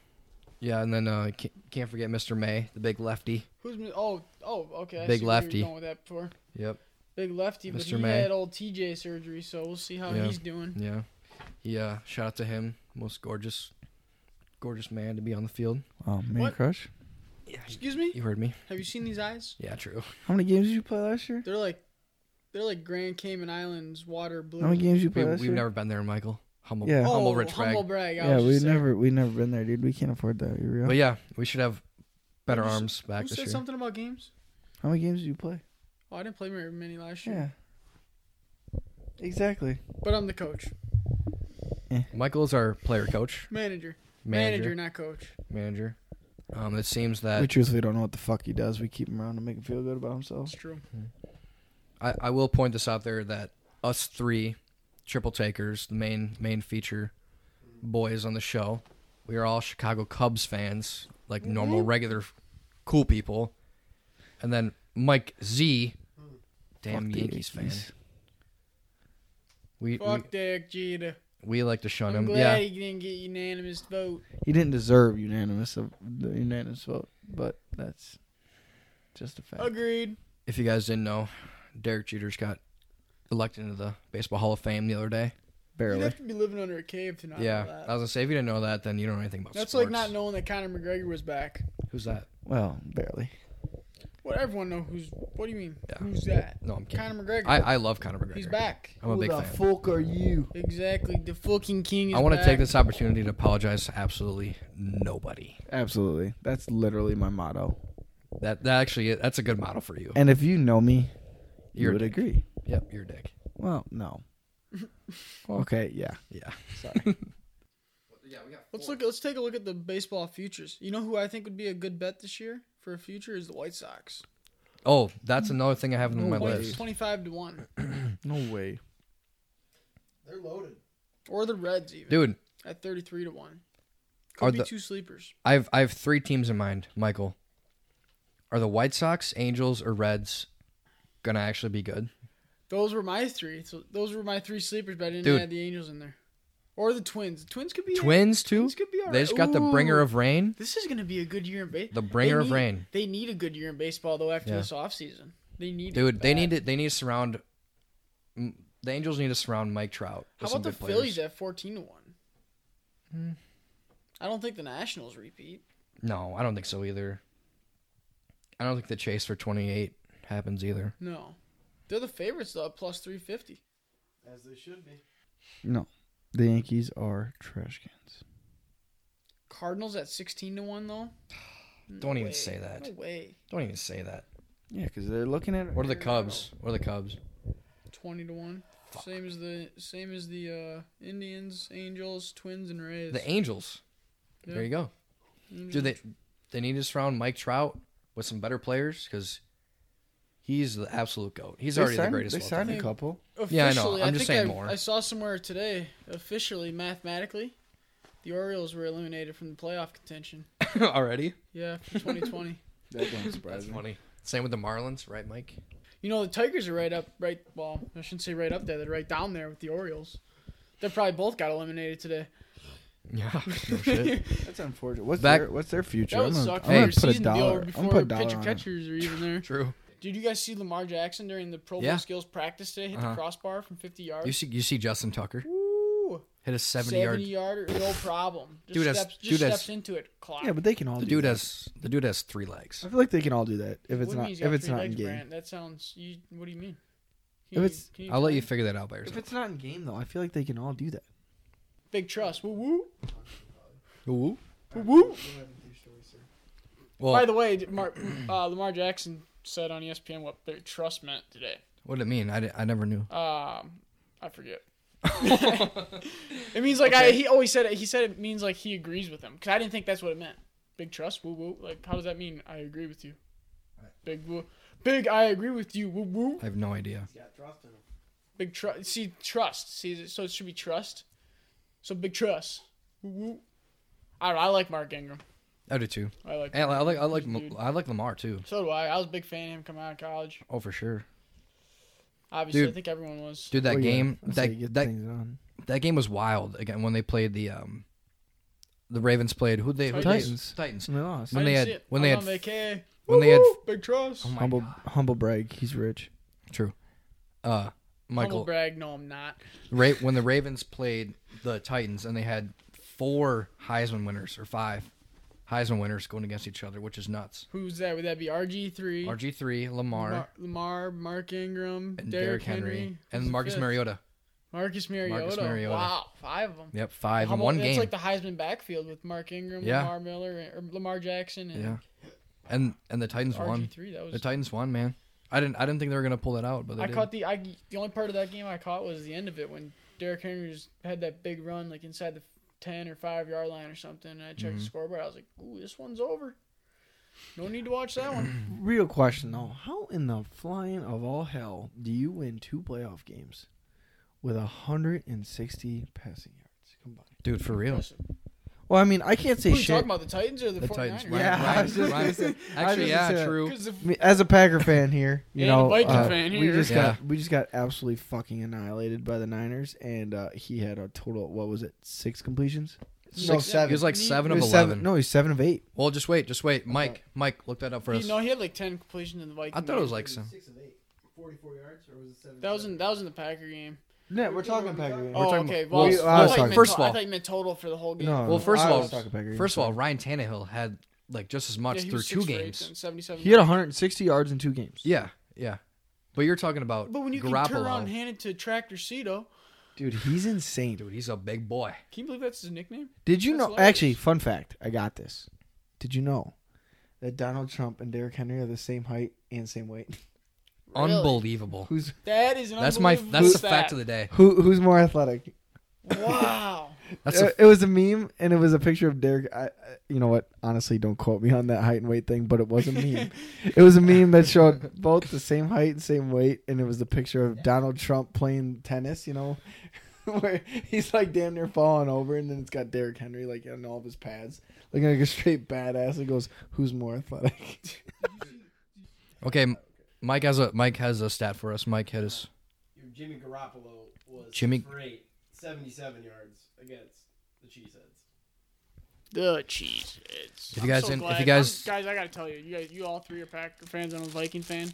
A: Yeah, and then uh, can't, can't forget Mr. May, the big lefty.
C: Who's mi- oh oh okay. I
A: Big
C: see where
A: lefty.
C: You're going with that before.
A: Yep.
C: Big lefty, but
A: Mr.
C: he
A: May.
C: had old TJ surgery, so we'll see how
A: Yeah.
C: he's doing.
A: Yeah. Yeah. Shout out to him. Most gorgeous, gorgeous man to be on the field.
B: Oh man,
C: What?
B: crush.
C: Excuse me.
A: You heard me.
C: Have you seen these eyes?
A: Yeah. True.
B: How many games did you play last year?
C: They're like, they're like Grand Cayman Islands water blue.
B: How many games did you
A: We,
B: play
A: we've
B: last year?
A: never been there, Michael. Humble.
B: Yeah.
A: Humble
C: oh,
A: rich brag.
C: humble brag. I
B: yeah,
C: was
B: we
C: just saying.
B: never we never been there, dude. We can't afford that. You real?
A: But yeah, we should have better
C: Who s-
A: arms back
C: Who
A: this
C: said
A: year.
C: something about games?
B: How many games did you play?
C: Oh, I didn't play very many last year.
B: Yeah. Exactly.
C: But I'm the coach,
A: Michael's our player coach,
C: manager, manager,
A: manager,
C: not coach.
A: manager. Um, it seems that
B: we truthfully don't know what the fuck he does. We keep him around to make him feel good about himself.
C: It's true.
A: I, I will point this out there that us three triple takers, the main main feature boys on the show, we are all Chicago Cubs fans, like
C: Mm-hmm.
A: normal, regular, cool people. And then Mike Z, damn
B: Fuck the
A: Yankees fan.
B: Yankees.
A: We, we
C: Fuck Derek Jeter.
A: we like to shun
C: I'm
A: him.
C: glad
A: Yeah,
C: he didn't get unanimous vote.
B: He didn't deserve unanimous of the unanimous vote, but that's just a fact.
C: Agreed.
A: if you guys didn't know, Derek Jeter's got elected into the Baseball Hall of Fame the other day.
C: You'd
B: Barely.
C: have to be living under a cave to not know
A: yeah,
C: that.
A: I was gonna say if you didn't know that, then you don't know anything about
C: That's
A: sports.
C: like not knowing that Conor McGregor was back.
A: Who's that?
B: Well, barely.
C: What everyone know who's. What do you mean?
A: Yeah.
C: Who's that?
A: No, I'm kidding.
C: Conor McGregor.
A: I, I love Conor McGregor.
C: He's back.
A: I'm a big
B: Who
A: fan.
B: the fuck are you?
C: Exactly. The fucking king is
A: I want to
C: back.
A: take this opportunity to apologize to absolutely nobody.
B: Absolutely. That's literally my motto.
A: That that actually that's a good motto for you.
B: And if you know me, you
A: You're a
B: would
A: dick.
B: agree.
A: Yep, you're a dick.
B: Well, no. okay, yeah.
A: Yeah.
B: Sorry.
C: Let's look. Let's take a look at the baseball futures. You know who I think would be a good bet this year for a future is the White Sox.
A: Oh, that's another thing I have on my
B: No way.
A: list.
C: Twenty-five to one,
B: no way.
D: They're loaded.
C: or the Reds even
A: Dude,
C: at thirty-three to one.
A: Are
C: Could be
A: the-
C: two sleepers.
A: I've I have three teams in mind, Michael. Are the White Sox, Angels, or Reds gonna actually be good?
C: Those were my three. So those were my three sleepers, but I didn't
A: Dude.
C: add the Angels in there, or the Twins. The Twins could be
A: Twins too?
C: Twins could be all
A: They
C: right.
A: just got the bringer
C: Ooh.
A: of rain.
C: This is gonna be a good year in baseball.
A: The bringer of rain.
C: They need a good year in baseball though after
A: Yeah.
C: this offseason. They need
A: Dude,
C: it
A: they
C: bad.
A: need to they need to surround mm, the Angels need to Hmm. surround Mike Trout. with
C: How about
A: some
C: the
A: good players.
C: Phillies at fourteen to one? I don't think the Nationals repeat.
A: No, I don't think so either. I don't think the chase for 28 happens either.
C: No, they're the favorites though, at plus three fifty.
D: As they should be.
B: No, the Yankees are trash cans.
C: Cardinals at sixteen to one though. No
A: Don't even
C: way.
A: say that.
C: No way.
A: Don't even say that.
B: Yeah, because they're looking at.
A: What are the Cubs? What are the Cubs?
C: Twenty to one. Same as the same as the uh, Indians, Angels, Twins, and Rays.
A: The Angels.
C: Yeah.
A: There you go. Do they they need to surround Mike Trout with some better players because he's the absolute goat. He's already the greatest.
B: They
A: of all time.
B: signed
C: a
B: a
C: time.
B: couple.
A: Yeah, I know.
C: Officially,
A: I'm just
C: think
A: saying
C: I,
A: more.
C: I saw somewhere today, officially, mathematically, the Orioles were eliminated from the playoff contention.
A: already.
C: Yeah, for 2020.
B: That doesn't
A: That's
B: surprise me.
A: funny. Same with the Marlins, right, Mike?
C: you know, the Tigers are right up, right. Well, I shouldn't say right up there. They're right down there with the Orioles. They probably both got eliminated today.
A: Yeah.
B: That's unfortunate. What's
A: Back-
B: their What's their future?
C: that would
B: I'm gonna,
C: suck for
B: I'm
C: your
B: gonna put a
C: season to be
B: dollar.
C: over
B: I'm
C: before
B: gonna put a dollar
C: pitcher
B: on it.
C: catchers are even there.
A: True.
C: Did you guys see Lamar Jackson during the Pro Bowl
A: Yeah.
C: skills practice today? Hit
A: Uh-huh.
C: the crossbar from 50 yards.
A: You see, you see Justin Tucker
C: Woo!
A: hit a 70 yard.
C: 70 yarder, no problem. Just
A: Dude has-
C: steps, just
A: dude has-
C: steps into it. Clock.
B: Yeah, but they can all.
A: The
B: do
A: dude
B: that.
A: has the dude has three legs.
B: I feel like they can all do that if it's
C: What do
B: not
C: you mean he's
B: if
C: got
B: it's
C: three
B: not in
C: legs,
B: game.
C: Brant? That sounds. You, what do you mean?
B: If it's-
C: can
A: I'll let you
C: explain?
A: figure that out by yourself.
B: it's not in game though, I feel like they can all do that.
C: Big trust. Woo woo.
A: Ooh.
C: Woo woo.
A: Well,
C: By the way, did Mar- uh, Lamar Jackson said on E ESPN what big trust meant today.
A: what did it mean? I, di- I never knew.
C: Um, I forget. it means like I. He always said it. He said it means like he agrees with him because I didn't think that's what it meant. Big trust. Woo woo. Like how does that mean? I agree with you. Big woo. Big. I agree with you. Woo woo.
A: I have no idea.
D: He's got trust in him.
C: Big trust. See, trust. See, so it should be trust. So big trust. Woo-woo. I don't know. I like Mark Ingram.
A: I do too.
C: I like.
A: And I like I like
C: Dude.
A: I like Lamar too.
C: So do I. I was a big fan of him coming out of college.
A: Oh, for sure,
C: Obviously, I
A: Dude.
C: think everyone was.
A: dude. That
B: Well, Oh, yeah,
A: game
B: that's how you
A: that
B: get
A: that,
B: things on.
A: that game was wild. Again, when they played the um, the Ravens played who they who they-
B: Titans.
A: Titans.
B: And they lost.
A: when
C: I
A: they
C: didn't
A: had-
C: see it.
A: when
C: I
A: they
C: was
A: had-
C: on vacay.
A: when they had-
C: Woo-woo. big trust.
A: Oh my
B: humble
A: God.
B: humble brag, he's rich.
A: True. Uh,
C: Humble
A: Michael.
C: brag. No, I'm not.
A: Ra- when the Ravens played the Titans and they had four Heisman winners or five Heisman winners going against each other, which is nuts.
C: Who's that? Would that be RG three?
A: RG three, Lamar,
C: Lamar, Lamar, Mark Ingram,
A: and Derrick
C: Derrick Henry,
A: Henry,
C: Who's the
A: and Marcus
C: fifth?
A: Mariota.
C: Marcus Mariota.
A: Mariota.
C: Wow, five of them.
A: Yep, five in
C: Humble-
A: one
C: that's
A: game.
C: like the Heisman backfield with Mark Ingram,
A: Yeah.
C: Lamar Miller, and- or Lamar Jackson, and
A: yeah, and and the Titans won.
C: RG three. That
A: The
C: was.
A: Titans won, man. I didn't. I didn't think they were gonna pull that out, but they
C: I
A: did.
C: caught the. I the only part of that game I caught was the end of it when Derrick Henry just had that big run like inside the ten or five yard line or something. And I checked
A: Mm-hmm.
C: the scoreboard. I was like, "Ooh, this one's over. No need to watch that one."
B: Real question though, how in the flying of all hell do you win two playoff games with hundred and sixty passing yards combined?
A: dude for real.
C: Impressive.
B: Well, I mean, I can't say
C: Who are you
B: shit.
C: talking about? The Titans or the,
A: The
C: 49ers?
A: Titans. Ryan,
B: Yeah, I
A: Ryan,
B: was just
A: Ryan.
B: gonna say- I
A: Actually,
B: was just gonna
A: yeah,
B: say
A: true.
C: 'Cause the
B: I mean, as a Packer fan here, you
C: And a
B: know,
C: Viking
B: uh,
C: fan
B: we
C: here.
B: just
A: Yeah.
B: got we just got absolutely fucking annihilated by the Niners, and uh, he had a total what was it six completions? No,
A: Six-
B: seven.
A: He was like
C: He-
A: seven
B: He
A: of
B: was
A: eleven.
B: seven- No, he's seven of eight.
A: Well, just wait, just wait, Mike. Mike, look that up for
C: He-
A: us.
C: no, he had like ten completions in the Vikings.
A: I thought it was
C: game.
A: like some.
D: Six of eight. 44 yards, or was it seven?
C: that was in that was in the Packer game.
B: No,
D: we're talking Packer.
C: Oh,
A: talking-
C: okay.
A: well,
C: Well,
B: we- I
C: I,
B: was
C: thought you
B: talking-
C: meant
A: First
C: to-
A: of all-
C: I thought you meant total for the whole game.
B: No,
A: Well, first
B: I
A: of all,
B: was talking Packer.
A: first of all, Ryan Tannehill had like just as
C: Yeah,
A: much
C: he
A: through
C: was
A: two
C: six for eight
A: games.
C: then, Seventy-seven.
B: he had 160 yards in two games.
A: Yeah, yeah. But you're talking about
C: But when you
A: Garoppolo.
C: can turn around and hand it to Tractor Cito,
B: Dude, he's insane.
A: Dude, he's a big boy.
C: can you believe that's his nickname?
B: Did you
C: That's
B: know?
C: hilarious.
B: Actually, fun fact. I got this. Did you know that Donald Trump and Derrick Henry are the same height and same weight?
C: Really?
A: Unbelievable.
B: Who's
C: That is an
A: That's my
C: unbelievable
A: that's the
C: stat.
A: fact of the day.
B: who? Who's more athletic?
C: Wow.
A: That's
B: Uh,
A: a,
B: it was a meme, and it was a picture of Derek. I, I- you know what? Honestly, don't quote me on that height and weight thing, but it was a meme. it was a meme that showed both the same height and same weight, and it was the picture of Donald Trump playing tennis. You know, where he's like damn near falling over, and then it's got Derrick Henry like on all of his pads, looking like a straight badass. And goes, "Who's more athletic?"
A: okay. M- Mike has a Mike has a stat for us. Mike hit us.
D: Your Jimmy Garoppolo was
A: Jimmy-
D: six for eight, 77 yards against the Cheeseheads.
C: The cheese. It's,
A: If you guys
C: so
A: didn't- if
C: glad.
A: you guys-
C: I'm- guys, I gotta tell you, you guys, you all three are Packer fans. I'm a Viking fan.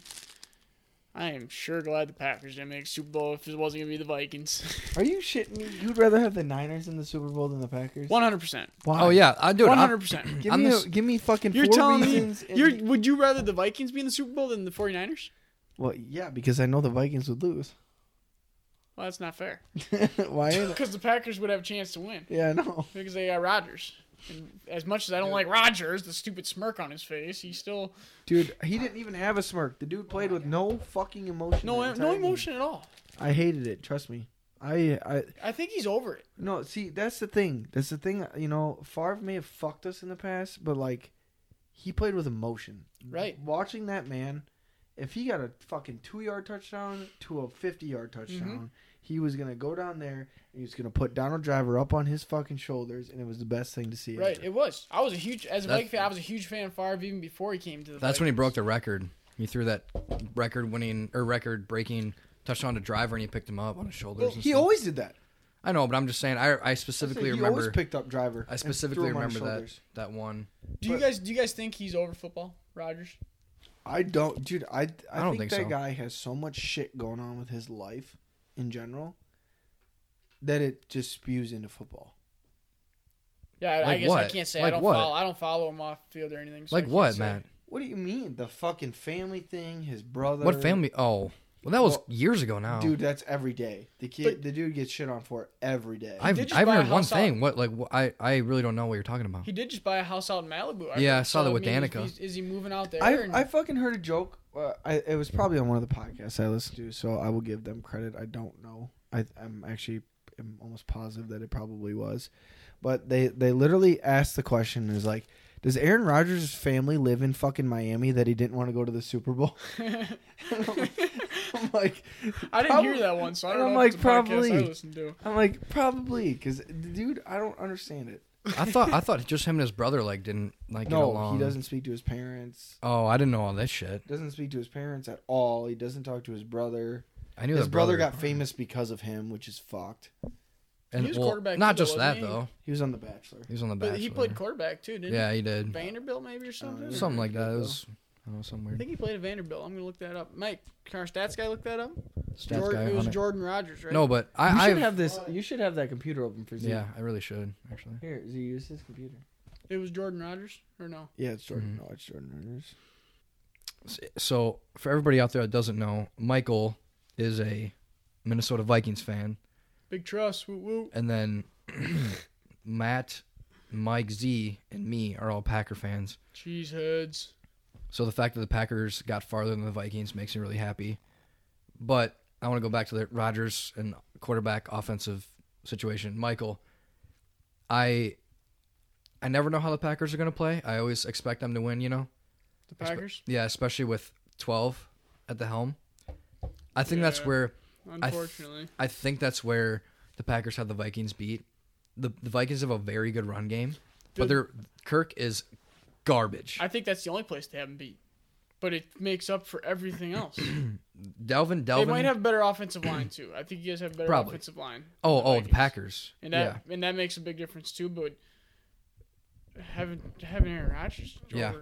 C: I am sure glad the Packers didn't make Super Bowl if it wasn't gonna be the Vikings.
B: Are you shitting me? You'd rather have the Niners in the Super Bowl than the Packers?
C: One hundred percent.
B: Why?
A: Oh yeah, I do it.
C: One hundred percent.
B: Give
A: I'm
B: me, a-
A: this-
B: give me fucking
C: You're
B: four
C: telling me
B: reasons. in-
C: you're would you rather the Vikings be in the Super Bowl than the 49ers?
B: well, yeah, because I know the Vikings would lose.
C: Well, that's not fair.
B: Why? ain't it?
C: Because the Packers would have a chance to win
B: Yeah, I know.
C: because they got Rodgers. And as much as I don't like Rodgers, the stupid smirk on his face, he still
B: Dude, he didn't even have a smirk. The dude played with no fucking emotion. the
C: no
B: entire
C: no
B: game.
C: emotion at all.
B: I hated it. Trust me. I I
C: I think he's over it.
B: no. See, that's the thing. That's the thing. You know, Favre may have fucked us in the past, but like, he played with emotion.
C: Right.
B: Watching that man, if he got a fucking two yard touchdown to a fifty yard touchdown,
C: Mm-hmm.
B: he was gonna go down there and he was gonna put Donald Driver up on his fucking shoulders, and it was the best thing to see.
C: Right,
B: ever.
C: it was. I was a huge as a
A: That-
C: Viking fan. I was a huge fan of Favre even before he came to the.
A: That's when he
C: Vikings.
A: broke the record. He threw that record-winning or record-breaking touchdown to Driver, and he picked him up on his shoulders.
B: Well,
A: and
B: he
A: stuff.
B: always did that.
A: I know, but I'm just saying. I I
B: I said
A: specifically
B: he
A: remember.
B: always picked up Driver.
A: I
B: and
A: specifically
B: threw him on his
A: remember that
B: shoulders.
A: that one.
C: Do you
B: but-
C: guys do you guys think he's over football, Rodgers?
B: I don't, dude. I I,
A: don't think
B: think, that
A: so.
B: guy has so much shit going on with his life in general that it just spews into football.
C: Yeah, I, I
A: Like
C: guess I
A: what?
C: can't say I
A: Like
C: don't
A: what?
C: follow. I don't follow him off field or anything. so I
A: Like
C: can't
A: what,
C: say.
A: Matt?
B: What do you mean the fucking family thing? His brother.
A: What family? Oh, well, that was
B: Well,
A: years ago now.
B: Dude, that's every day. The kid,
C: But-
B: the dude gets shit on for it every day.
A: I've
C: did just
A: I've
C: buy a
A: heard one
C: house out-
A: thing. What like wh- I I really don't know what you're talking about.
C: He did just buy a house out in Malibu.
A: Yeah, I
C: heard.
A: saw that with
C: mean, he's-
A: Danica.
C: he's- Is, he moving out there?
B: I,
C: and-
B: I fucking heard a joke. Uh, I, it was probably on one of the podcasts I listened to, so I will give them credit. I don't know. I, I'm actually am almost positive that it probably was, but they they literally asked the question is like, does Aaron Rodgers' family live in fucking Miami that he didn't want to go to the Super Bowl? And I'm like, I'm like,
C: I didn't hear
B: probably-
C: that one, so I
B: and
C: don't
B: I'm
C: know.
B: like,
C: if it's a probably. I
B: probably.
C: listened to.
B: I'm like probably because dude, I don't understand it.
A: I thought I thought just him and his brother like didn't like get
B: No,
A: along.
B: he doesn't speak to his parents.
A: Oh, I didn't know all this shit.
B: Doesn't speak to his parents at all. He doesn't talk to his brother.
A: I knew
B: His
A: that
B: brother got famous because of him, which is fucked.
A: And,
C: He was
A: well,
C: quarterback
A: Not
C: too,
A: just
C: wasn't
A: that
C: he?
A: though.
B: He was on The Bachelor.
A: He was on the
C: But
A: Bachelor.
C: he played quarterback too, didn't
A: Yeah, he did. Uh,
C: he? Vanderbilt maybe or something.
A: Something like that. It
B: though.
A: was I don't know something
C: I
A: weird.
C: think he played at Vanderbilt. I'm gonna look that up. Mike, can our stats guy look that up?
A: Stats
C: Jordan,
A: guy
C: it was
A: on it.
C: Jordan Rogers, right?
A: No, but
B: You
A: I
B: should
A: I
B: have this. You should have that computer open for Z.
A: yeah, I really should actually.
B: Here, Z, use his computer.
C: it was Jordan Rogers or no?
B: Yeah, it's Jordan.
A: Mhm.
B: No, it's Jordan Rogers.
A: So for everybody out there that doesn't know, Michael is a Minnesota Vikings fan,
C: Big Truss, woo woo.
A: and then Matt, Mike Z, and me are all Packer fans.
C: Cheeseheads.
A: So the fact that the Packers got farther than the Vikings makes me really happy. But I want to go back to the Rodgers and quarterback offensive situation. Michael, I I never know how the Packers are going to play. I always expect them to win, you know.
C: The Packers.
A: Yeah, especially with 12 at the helm. I think that's
C: Yeah.
A: where th-
C: Unfortunately.
A: I think that's where the Packers had the Vikings beat. The the Vikings have a very good run game, but
C: Dude.
A: their Kirk is garbage.
C: I think that's the only place they haven't beat. But it makes up for everything else.
A: Delvin
C: they
A: Delvin
C: might have better offensive line too. I think you guys have better
A: Probably.
C: offensive line.
A: Oh,
C: than
A: oh, the
C: Vikings.
A: Packers.
C: And
A: yeah.
C: that and that makes a big difference too, but having having Aaron Rodgers over
A: Yeah.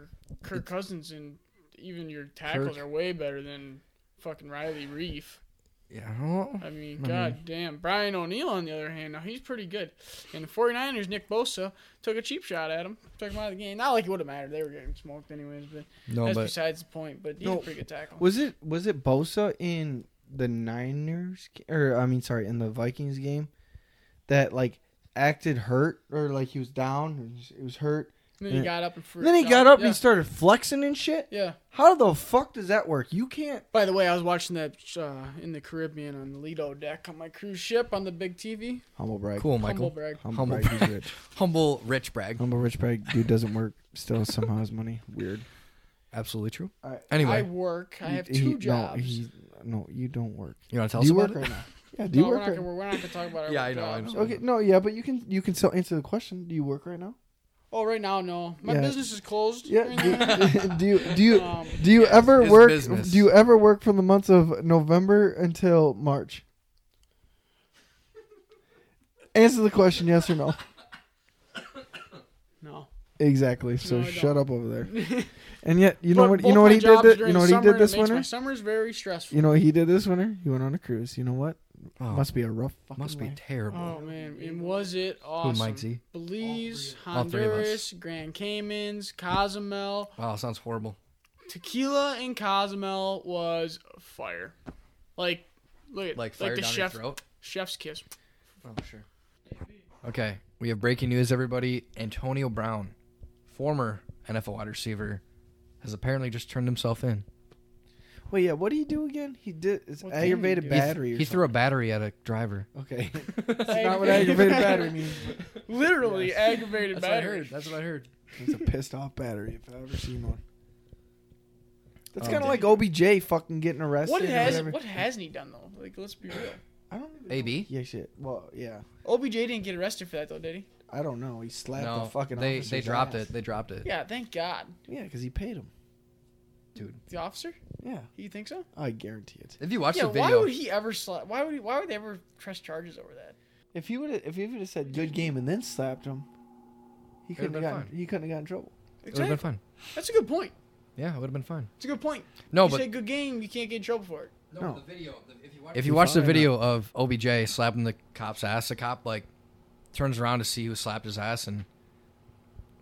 C: Kirk Cousins and even your tackles
A: Kirk.
C: are way better than fucking Riley Reef.
A: Yeah. well,
C: I mean,
A: I
C: god damn. Brian O'Neill, on the other hand, now he's pretty good. And the 49ers, Nick Bosa, took a cheap shot at him, took him out of the game. Not like it would have mattered. They were getting smoked anyways, but
A: No,
C: that's
A: but
C: besides the point. But he's
B: No.
C: a pretty good tackle.
B: Was it was it Bosa in the Niners g- or I mean sorry in the Vikings game that like acted hurt or like he was down or he was hurt
C: And then he got up and freaked
B: and then he
C: out.
B: got up
C: yeah.
B: and he started flexing and shit
C: Yeah.
B: how the fuck does that work you can't
C: By the way, I was watching that uh, in the Caribbean on the Lido deck on my cruise ship on the big TV.
B: humble brag
A: cool,
C: Humble
A: Michael.
C: brag.
B: humble,
A: Humble
B: brag, he's
A: brag.
B: rich
A: Humble, rich brag.
B: humble rich brag dude doesn't work still somehow has money weird
A: Absolutely true.
B: I-
A: Anyway,
C: I work. I
B: He-
C: have two
B: he-
C: jobs.
B: no, he- no you don't work
A: you want to tell
B: do
A: us
B: you
A: about
B: work
A: it?
B: right now yeah do
C: no,
B: you
C: we're
B: work
C: not
B: right
C: gonna, we're not going to talk about our
A: Yeah, I know, I
C: jobs.
A: know.
B: okay no yeah but you can you can still answer the question do you work right now
C: Oh, right now, no. My
B: Yeah.
C: business is closed.
B: Yeah. Do, do you do you
C: Um,
B: do you ever
A: his
B: work?
A: business.
B: Do you ever work from the months of November until March? Answer the question, yes or no.
C: No.
B: Exactly. So
C: No, I
B: shut
C: don't.
B: up over there. And yet, you know
C: But
B: what? You
C: both
B: know what
C: my
B: he did?
C: jobs
B: That,
C: during
B: you know what he
C: summer,
B: did
C: it
B: this
C: makes My
B: winter?
C: summer's very stressful.
B: You know what he did this winter? He went on a cruise. You know what?
A: Oh,
B: Must be Uh. a rough fucking
A: must be
B: life.
A: terrible.
C: Oh man, and was it
A: Who,
C: awesome?
A: Mike Z?
C: Belize,
A: All three of us.
C: Honduras, Grand Caymans, Cozumel.
A: Wow, sounds horrible.
C: Tequila in Cozumel was fire. Like, look at
A: Like fire
C: the
A: down
C: chef,
A: your throat.
C: chef's kiss.
A: Oh sure. Okay, we have breaking news, everybody. Antonio Brown, former NFL wide receiver, has apparently just turned himself in.
B: Wait, yeah. What did he do again? He did it's
C: What did he
B: aggravated
C: do?
A: He th-
B: battery. or
A: He threw a battery at a driver.
B: something. Okay. That's not what aggravated battery means.
C: Literally aggravated
A: That's what I
C: battery.
A: heard. That's what I heard.
B: It's a pissed off battery if I've ever seen one. That's
A: Oh,
B: kind of
A: did-
B: like OBJ fucking getting arrested.
C: What
B: or
C: has
B: whatever.
C: what hasn't he done though? Like, let's be real.
B: I don't. even know.
A: AB.
B: Yeah, shit. Well, yeah.
C: OBJ didn't get arrested for that though, did he?
B: I don't know. He slapped
A: No,
B: the fucking.
A: they they
B: officer's
A: dropped
B: ass.
A: it. They dropped it.
C: Yeah, thank God.
B: Yeah, because he paid him.
C: The officer?
B: Yeah,
C: You think so?
B: I guarantee it.
A: If you watch
C: yeah.
A: the
C: Why
A: video,
C: would he ever slap? Why would he? Why would they ever press charges over that?
B: If he would, if he would have said good game and then slapped him, he
A: It would've
B: couldn't have
A: been
B: gotten, he couldn't have gotten in trouble.
A: it would have
C: Exactly.
A: been fun.
C: That's a good point.
A: Yeah, it would have been fun.
C: It's a good point.
A: No,
C: you
A: but
C: say good game, you can't get in trouble for it.
B: No, No. the
A: video. if you watch, the
B: fine,
A: video of OBJ slapping the cop's ass, the cop like turns around to see who slapped his ass, and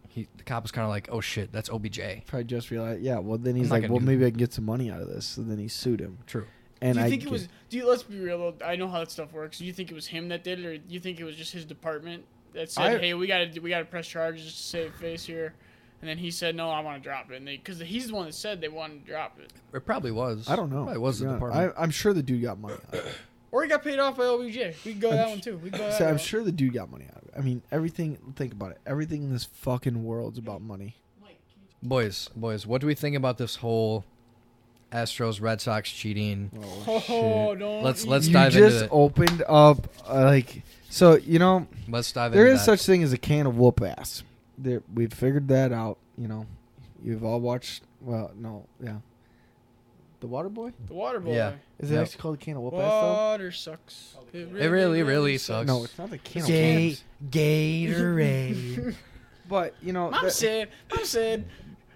A: he the cop was kind of like, "Oh shit, that's OBJ."
B: Probably just realized. Yeah, well then
A: I'm
B: he's
A: not
B: like,
A: gonna
B: well
A: do
B: maybe I can get some money out of this. So then he sued him.
A: True.
B: And
C: do you
B: I
C: think it
B: get-
C: was? Do you, let's be real though. I know how that stuff works. Do you think it was him that did it, or do you think it was just his department that said,
B: I-
C: "Hey, we gotta we gotta press charges just to save face here," and then he said, "No, I want to drop it," and they because he's the one that said they wanted to drop it,
A: It probably was.
B: I don't know.
A: Probably was
B: to
A: the
B: be honest.
A: department.
B: I, I'm sure the dude got money. Out of it.
C: or he got paid off by OBJ. We can go that
B: I'm
C: one
B: su-
C: too. We can go that.
B: So I'm
C: route.
B: sure the dude got money out of it. I mean, everything. Think about it. Everything in this fucking world's about money.
A: boys, boys, what do we think about this whole Astros Red Sox cheating?
B: Oh,
C: Oh, don't
A: Let's-
C: you-
A: let's
B: you
A: dive into
B: just
A: it.
B: opened up uh, like so. You know,
A: Let's dive
B: there
A: into
B: is
A: that.
B: such thing as a can of whoop ass. There, we've figured that out. You know, you've all watched. Well, no, yeah. The Water Boy
C: the water boy.
A: Yeah.
B: is it
A: Yep.
B: actually called a can of whoop ass
C: Water sucks. It
A: It really, really
B: though?
A: sucks.
B: No, it's not a can of
A: Gay-
B: whoop ass.
A: Gatorade.
B: But you know,
C: Mom
B: that-
C: said. Mom said.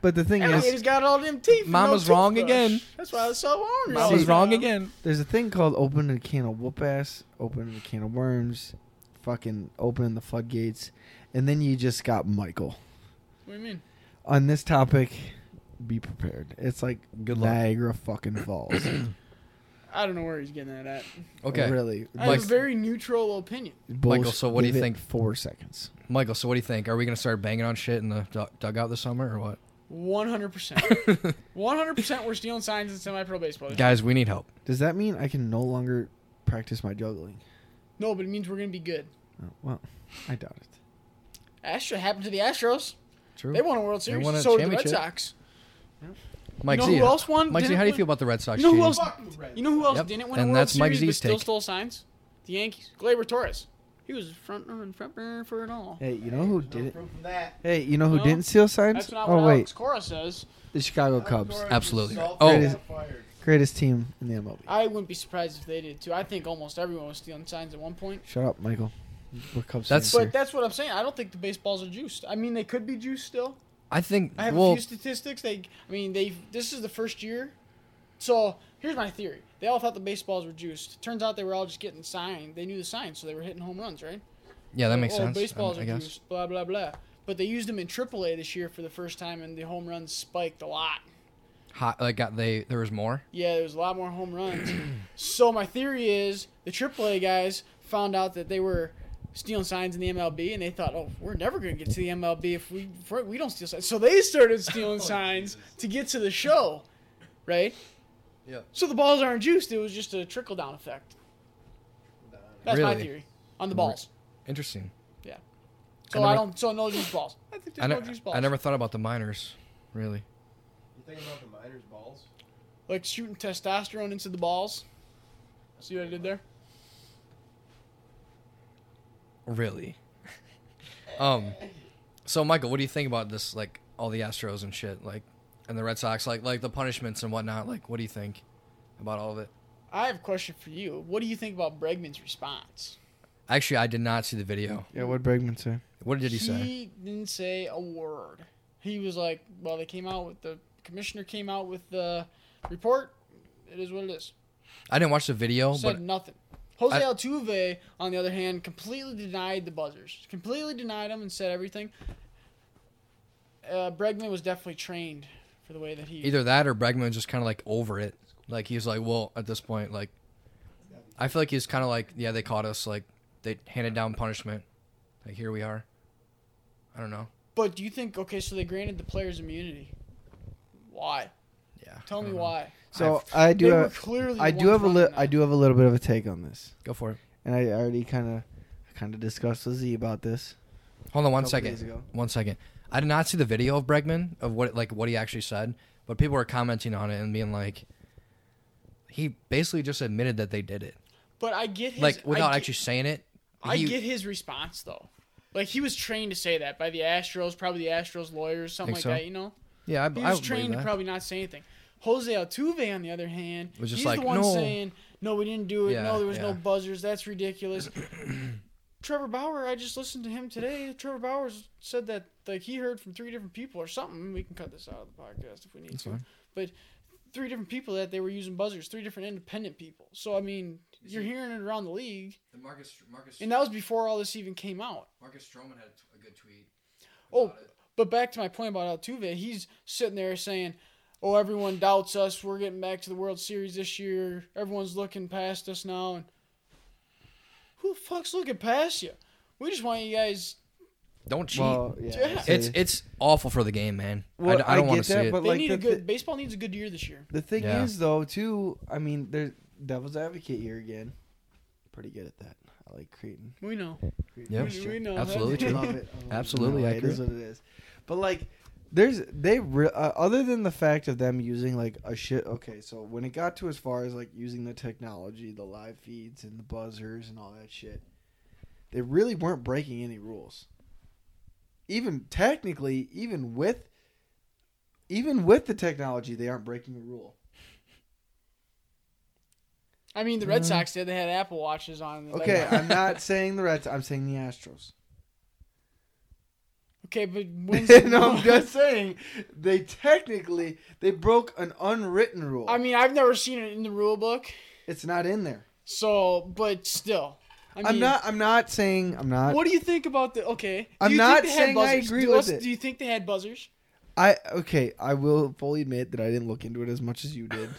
B: but the thing is,
C: Alligator's got all them teeth. and
A: Mama's
C: no
A: wrong
C: toothbrush."
A: again.
C: That's why I was so hungry.
A: I
C: all
A: was
C: the
A: wrong
C: time.
A: again.
B: There's a thing called opening a can of whoop ass, opening a can of worms, fucking opening the floodgates, and then you just got Michael.
C: What do you mean?
B: On this topic, be prepared. It's like
A: Good luck.
B: Niagara fucking falls.
C: I don't know where he's getting that at.
A: Okay,
B: Really.
C: I have
A: Like-
C: a very neutral opinion.
A: Michael, so what do you
B: give it
A: think?
B: Four seconds.
A: Michael. So what do you think? Are we gonna start banging on shit in the dug- dugout this summer or what?
C: One hundred percent. One hundred percent. We're stealing signs in semi-pro baseball.
A: Guys, we need help.
B: Does that mean I can no longer practice my juggling?
C: No, but it means we're gonna be good.
B: Oh, well, I doubt it.
C: Astro happened to the Astros.
A: True.
C: They won a World Series.
A: won a
C: so did the Red
A: championship.
C: Sox.
A: Mike
C: you know
A: Z.
C: who else won?
A: Mike Z,
C: Didn't
A: how do you
C: win?
A: feel about the Red Sox?
C: You know who
A: cheating?
C: else? You know who else
A: Yep,
C: didn't win a
A: and
C: World
A: that's Mike
C: Series but
A: Z's
C: still
A: take.
C: stole signs? The Yankees. Glaber Torres. He was front runner and front runner for it all.
B: Hey, you know who
D: No
B: didn't?
D: proof of that.
B: Hey, you know who
C: No,
B: didn't steal signs?
C: That's not what
B: Oh wait,
C: Alex Cora says.
B: the Chicago Cubs,
A: Absolutely.
B: Oh.
D: Fired.
B: greatest team in the MLB.
C: I wouldn't be surprised if they did too. I think almost everyone was stealing signs at one point.
B: Shut up, Michael. We're Cubs
A: That's-
B: fans.
C: But that's what I'm saying. I don't think the baseballs are juiced. I mean, they could be juiced still.
A: I think.
C: I have
A: well,
C: a few statistics. They, I mean, they. This is the first year, so here's my theory. They all thought the baseballs were juiced. Turns out they were all just getting signed. They knew the signs, so they were hitting home runs, right?
A: yeah, that makes
C: oh,
A: sense. I-
C: Baseballs
A: I,
C: are
A: guess.
C: juiced. Blah blah blah. But they used them in AAA this year for the first time, and the home runs spiked a lot.
A: Hot, like got they. There was more.
C: Yeah, there was a lot more home runs. so my theory is the AAA guys found out that they were stealing signs in the MLB, and they thought, "Oh, we're never going to get to the MLB if we if we don't steal signs." So they started stealing signs to get to the show, right?
A: Yeah.
C: So the balls aren't juiced; it was just a trickle down effect. That's my
A: Really?
C: theory on the balls.
A: Interesting.
C: So
A: I
C: I,
A: never-
C: don't. So no juice balls. I think there's
A: I,
C: no
A: ne-
C: juice balls.
A: I never thought about the minors. Really.
D: You think about the miners' balls?
C: like shooting testosterone into the balls. See what I did there?
A: Really. um. So Michael, what do you think about this? Like all the Astros and shit, like, and the Red Sox, like, like the punishments and whatnot. Like, what do you think about all of it?
C: I have a question for you. What do you think about Bregman's response?
A: Actually, I did not see the video.
B: yeah, what Bregman say?
A: What did he say?
C: He didn't say a word. He was like, "Well, they came out with the commissioner came out with the report. It is what it is."
A: I didn't watch the video,
C: said
A: Oh, but
C: nothing. Jose
A: I-
C: Altuve, on the other hand, completely denied the buzzers. Completely denied them and said everything. Uh, Bregman was definitely trained for the way that he.
A: either that or Bregman was just kind of like over it. Like he's like, well, at this point, like, I feel like he's kind of like, yeah, they caught us. Like they handed down punishment. Like here we are. I don't know.
C: But do you think okay? So they granted the players immunity. Why?
A: Yeah. I
C: Tell me
A: don't know.
C: why.
B: So I do
C: they were
B: have,
C: clearly. the
B: I do
C: ones
B: have a li-
C: running
B: I
C: that.
B: do have a little bit of a take on this,
A: Go for it.
B: and I already kind of kind of discussed with Z about this.
A: Hold on one
B: Couple
A: second.
B: days ago.
A: One second. I did not see the video of Bregman of what like what he actually said, but people were commenting on it and being like, he basically just admitted that they did it,
C: But I get his.
A: like without
C: I get,
A: actually saying it.
C: I
A: he-
C: get his response though. Like he was trained to say that by the Astros, probably the Astros lawyers, something like
A: Think so?
C: that. You know.
A: Yeah, I,
C: He
A: I
C: was
A: would
C: trained
A: believe
C: to
A: that.
C: probably not say anything. Jose Altuve, on the other hand,
A: Was just
C: he's
A: like,
C: the one
A: "No."
C: saying, "No, we didn't do it.
A: Yeah,
C: no, there was no
A: yeah.
C: buzzers. That's ridiculous." Trevor Bauer, I just listened to him today. Trevor Bauer said that like he heard from three different people or something. We can cut this out of the podcast if we need
A: That's
C: to.
A: fine.
C: But three different people that they were using buzzers. Three different independent people. So I mean, you're hearing it around the league,
A: The Marcus Marcus
C: and that was before all this even came out.
A: Marcus Stroman had a good tweet.
C: Oh, but back to my point about Altuve, he's sitting there saying, "Oh, everyone doubts us. We're getting back to the World Series this year. Everyone's looking past us now." And who the fuck's looking past you? We just want you guys.
A: Don't cheat.
B: Well, yeah,
C: Yeah.
B: I'd say-
A: it's it's awful for the game, man. I
B: Well,
A: d- I, don't want
B: get
A: to see
B: that,
A: it.
B: But
C: They
B: like
C: need
B: the,
C: a good
B: thi-
C: baseball needs a good year this year.
B: the thing
A: Yeah.
B: is though, too. I mean, there's devil's advocate here again. Pretty good at that. I like Creighton.
C: We know.
B: Creighton
A: Yeah.
B: Christian.
C: We know.
A: Absolutely true.
B: Love it. I love it.
A: Absolutely
B: No, It is what it is. But like, there's they re- uh, other than the fact of them using like a shit. Okay, so when it got to as far as like using the technology, the live feeds and the buzzers and all that shit, they really weren't breaking any rules. Even technically, even with, even with the technology, they aren't breaking a rule.
C: I mean, the
A: Mm-hmm.
C: Red Sox did. They had Apple watches on. Like-
B: Okay, I'm not saying the Reds. I'm saying the Astros.
C: okay, but when's
B: no, I'm just saying they technically they broke an unwritten rule.
C: I mean, I've never seen it in the rule book.
B: It's not in there.
C: So, but still, I mean,
B: I'm not. I'm not saying. I'm not.
C: What do you think about the? Okay, do
B: I'm
C: you think
B: not
C: they had
B: saying I
C: buzzers?
B: agree
C: do,
B: with
C: let's-
B: it.
C: Do you think they had buzzers?
B: I okay. I will fully admit that I didn't look into it as much as you did.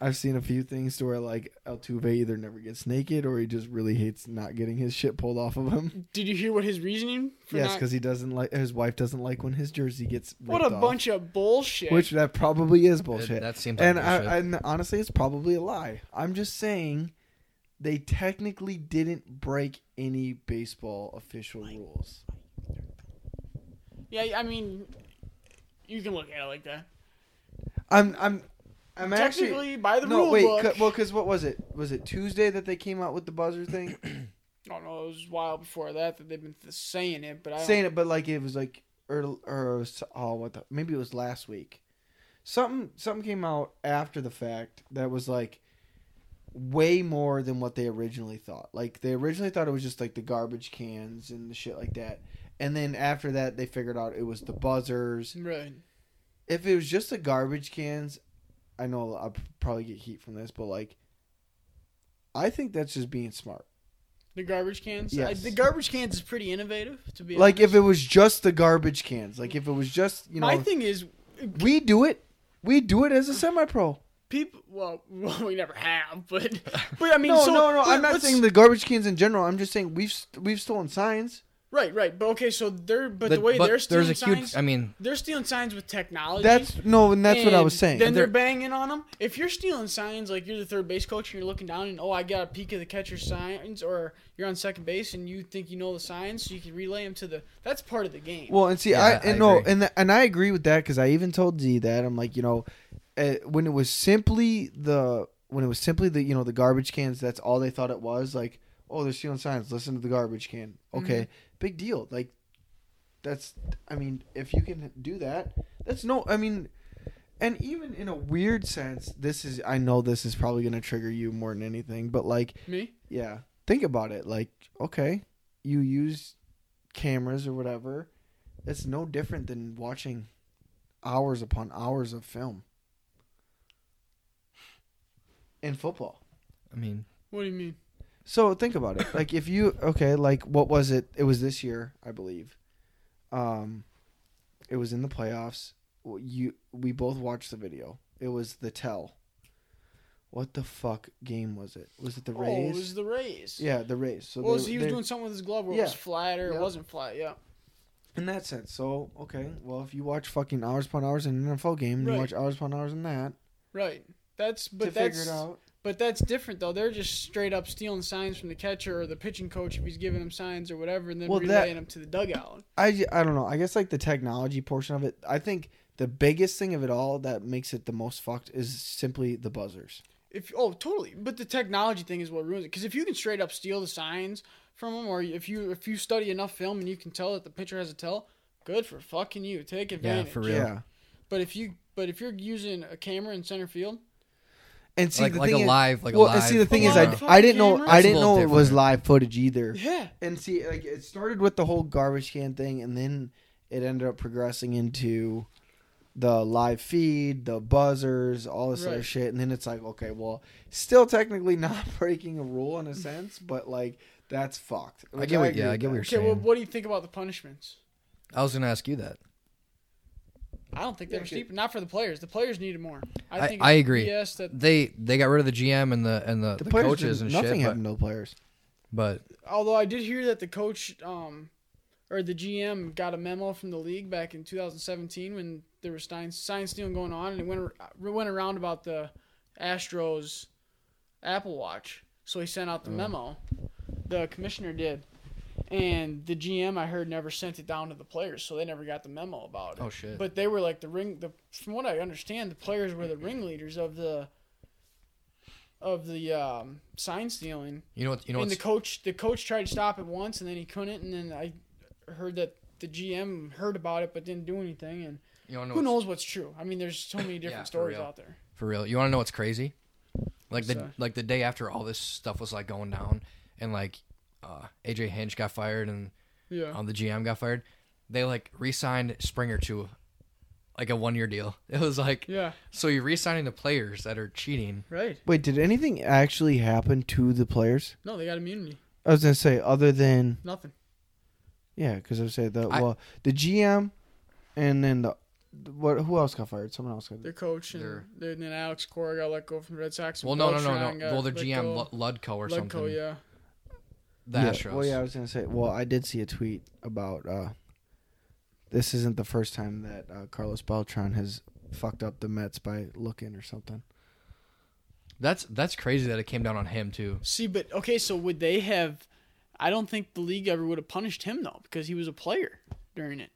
B: I've seen a few things to where like Altuve either never gets naked or he just really hates not getting his shit pulled off of him.
C: Did you hear what his reasoning? For
B: yes,
C: not-
B: because he doesn't like his wife doesn't like when his jersey gets.
C: what a
B: ripped off,
C: bunch of bullshit.
B: Which that probably is bullshit.
A: that seems like
B: and
A: bullshit.
B: I, and honestly, it's probably a lie. I'm just saying, they technically didn't break any baseball official rules.
C: yeah, I mean, you can look at it like that.
B: I'm I'm I'm
C: Technically,
B: actually
C: by the
B: no
C: rule
B: wait
C: book.
B: cu- well because what was it was it Tuesday that they came out with the buzzer thing
C: I don't know. It was a while before that that they've been th- saying it, but I don't,
B: saying it but like it was like or or s- oh what the maybe it was last week something something came out after the fact that was like way more than what they originally thought like they originally thought it was just like the garbage cans and the shit like that and then after that they figured out it was the buzzers
C: Right.
B: if it was just the garbage cans, I know I'll probably get heat from this, but like, I think that's just being smart.
C: The garbage cans. I-
B: Yes.
C: the garbage cans is pretty innovative, to be
B: Like, if
C: honest.
B: it was just the garbage cans, like if it was just you know,
C: my thing is
B: we do it, we do it as a semi-pro.
C: people. Well, well, we never have, but but I mean,
B: no,
C: so,
B: no, no.
C: let-
B: I'm not
C: let's-
B: saying the garbage cans in general. I'm just saying we've st- we've stolen signs.
C: right, right. But okay, so they're but the,
A: But-
C: way
A: but
C: they're stealing
A: there's a
C: signs,
A: huge. I mean,
C: they're stealing signs with technology.
B: That's no, and that's what I
C: And
B: was saying.
C: Then they're,
A: They're-
C: banging on them. If you're stealing signs, like you're the third base coach and you're looking down and oh, I got a peek of the catcher's signs, or you're on second base and you think you know the signs, so you can relay them to the. That's part of the game.
B: Well, and see,
A: Yeah,
B: I,
A: I-
B: and
A: I
B: no,
A: agree.
B: and and I agree with that because I even told Z that I'm like, you know, uh, when it was simply the when it was simply the you know the garbage cans, that's all they thought it was. Like, oh, they're stealing signs. Listen to the garbage can. Okay, big deal. Like, that's I mean, if you can do that, that's no. I mean. And even in a weird sense, this is I know this is probably going to trigger you more than anything, but like
C: Me?
B: yeah. Think about it. Like, okay, you use cameras or whatever, it's no different than watching hours upon hours of film in football.
A: I mean,
C: What do you mean?
B: So think about it. Like if you okay, like what was it? It was this year, I believe. Um, it was in the playoffs. W- You we both watched the video. It was the tell. What the fuck game was it? Was it the
C: Oh,
B: Rays?
C: it was the Rays.
B: yeah, the Rays. So
C: well,
B: they-
C: so he was
B: they-
C: doing something with his glove where it was
B: Yeah.
C: flat or
B: Yep.
C: it wasn't flat. Yeah.
B: in that sense. So okay, well if you watch fucking hours upon hours in an NFL game, and you
C: Right.
B: watch hours upon hours in that
C: Right. That's
B: to
C: but
B: figure
C: that's
B: it out.
C: but that's different though. They're just straight up stealing signs from the catcher or the pitching coach if he's giving him signs or whatever, and then
B: Well, that-
C: relaying them to the dugout.
B: I, j- I don't know. I guess like the technology portion of it. I think the biggest thing of it all that makes it the most fucked is simply the buzzers.
C: If oh totally, but the technology thing is what ruins it. Because if you can straight up steal the signs from him, or if you if you study enough film and you can tell that the pitcher has a tell, good for fucking you. Take
A: yeah,
C: advantage.
A: for real.
B: Yeah.
C: But if you but if you're using a camera in center field,
B: And see
A: like
B: the
A: like
B: thing
A: a
B: is,
A: live, like a
B: well,
A: live.
B: and see the thing
C: a
B: is, I,
C: live
B: I didn't know
C: camera?
B: I
A: It's a
B: didn't know
A: little
B: it was
A: different.
B: live footage either.
C: yeah,
B: And see, like it started with the whole garbage can thing, and then it ended up progressing into the live feed, the buzzers, all this other
C: Right.
B: shit. And then it's like, okay, well, still technically not breaking a rule in a sense, but like that's fucked.
A: I
B: Like,
A: get what-
B: agree
A: yeah, I
B: with
A: get what
B: that.
A: you're
C: Okay, well,
A: Same.
C: what do you think about the punishments?
A: I was gonna ask you that.
C: I don't think they
B: Yeah,
C: were
B: okay.
C: steep. Not for the players. The players needed more.
A: I-
C: think
A: I
C: it's
A: agree.
C: BS that
A: They they got rid of the GM and the and the,
B: The,
A: the
B: players
A: coaches and
B: didn't- nothing
A: shit. But,
B: happened to the players.
A: but
C: although I did hear that the coach um or the GM got a memo from the league back in 2017 when there was sign, sign stealing going on and it went ar- went around about the Astros Apple Watch. So he sent out
A: Oh.
C: the memo. The commissioner did. And the GM I heard never sent it down to the players, so they never got the memo about it.
A: Oh, shit.
C: But they were like the ring the from what I understand, the players were the ringleaders of the of the um, sign stealing
A: you know what? You know
C: and
A: what's
C: the coach the coach tried to stop it once and then he couldn't and then I heard that the GM heard about it but didn't do anything and
A: you wanna know
C: who
A: what's-
C: knows what's true. I mean there's so many different
A: for
C: stories
A: real.
C: out there.
A: For real. You want to know what's crazy? Like the
C: Sorry.
A: like the day after all this stuff was like going down and like uh, AJ Hinch got fired and
C: Yeah.
A: um, the GM got fired, they like re-signed Springer to like a one-year deal. It was like
C: yeah.
A: so you're re-signing the players that are cheating.
C: Right.
B: Wait, did anything actually happen to the players?
C: No, they got immunity.
B: I was gonna say other than
C: Nothing.
B: yeah, because I would say the
A: I-
B: well the GM, and then the what who else got fired? Someone else got.
C: Their coach and,
A: They're-
C: their- then Alex Cora got let go from the Red Sox. and
A: Well, no, no, no,
C: Beltran
A: no.
C: got
A: Well, their
C: let
A: GM
C: go.
A: Lu- Ludco or
C: Let
A: something.
C: go, yeah.
A: The
B: yeah.
A: Astros.
B: Well, yeah, I was gonna say. Well, I did see a tweet about uh, this isn't the first time that uh, Carlos Beltran has fucked up the Mets by looking or something.
A: That's that's crazy that it came down on him too.
C: See, but okay, so would they have I don't think the league ever would have punished him though because he was a player during it.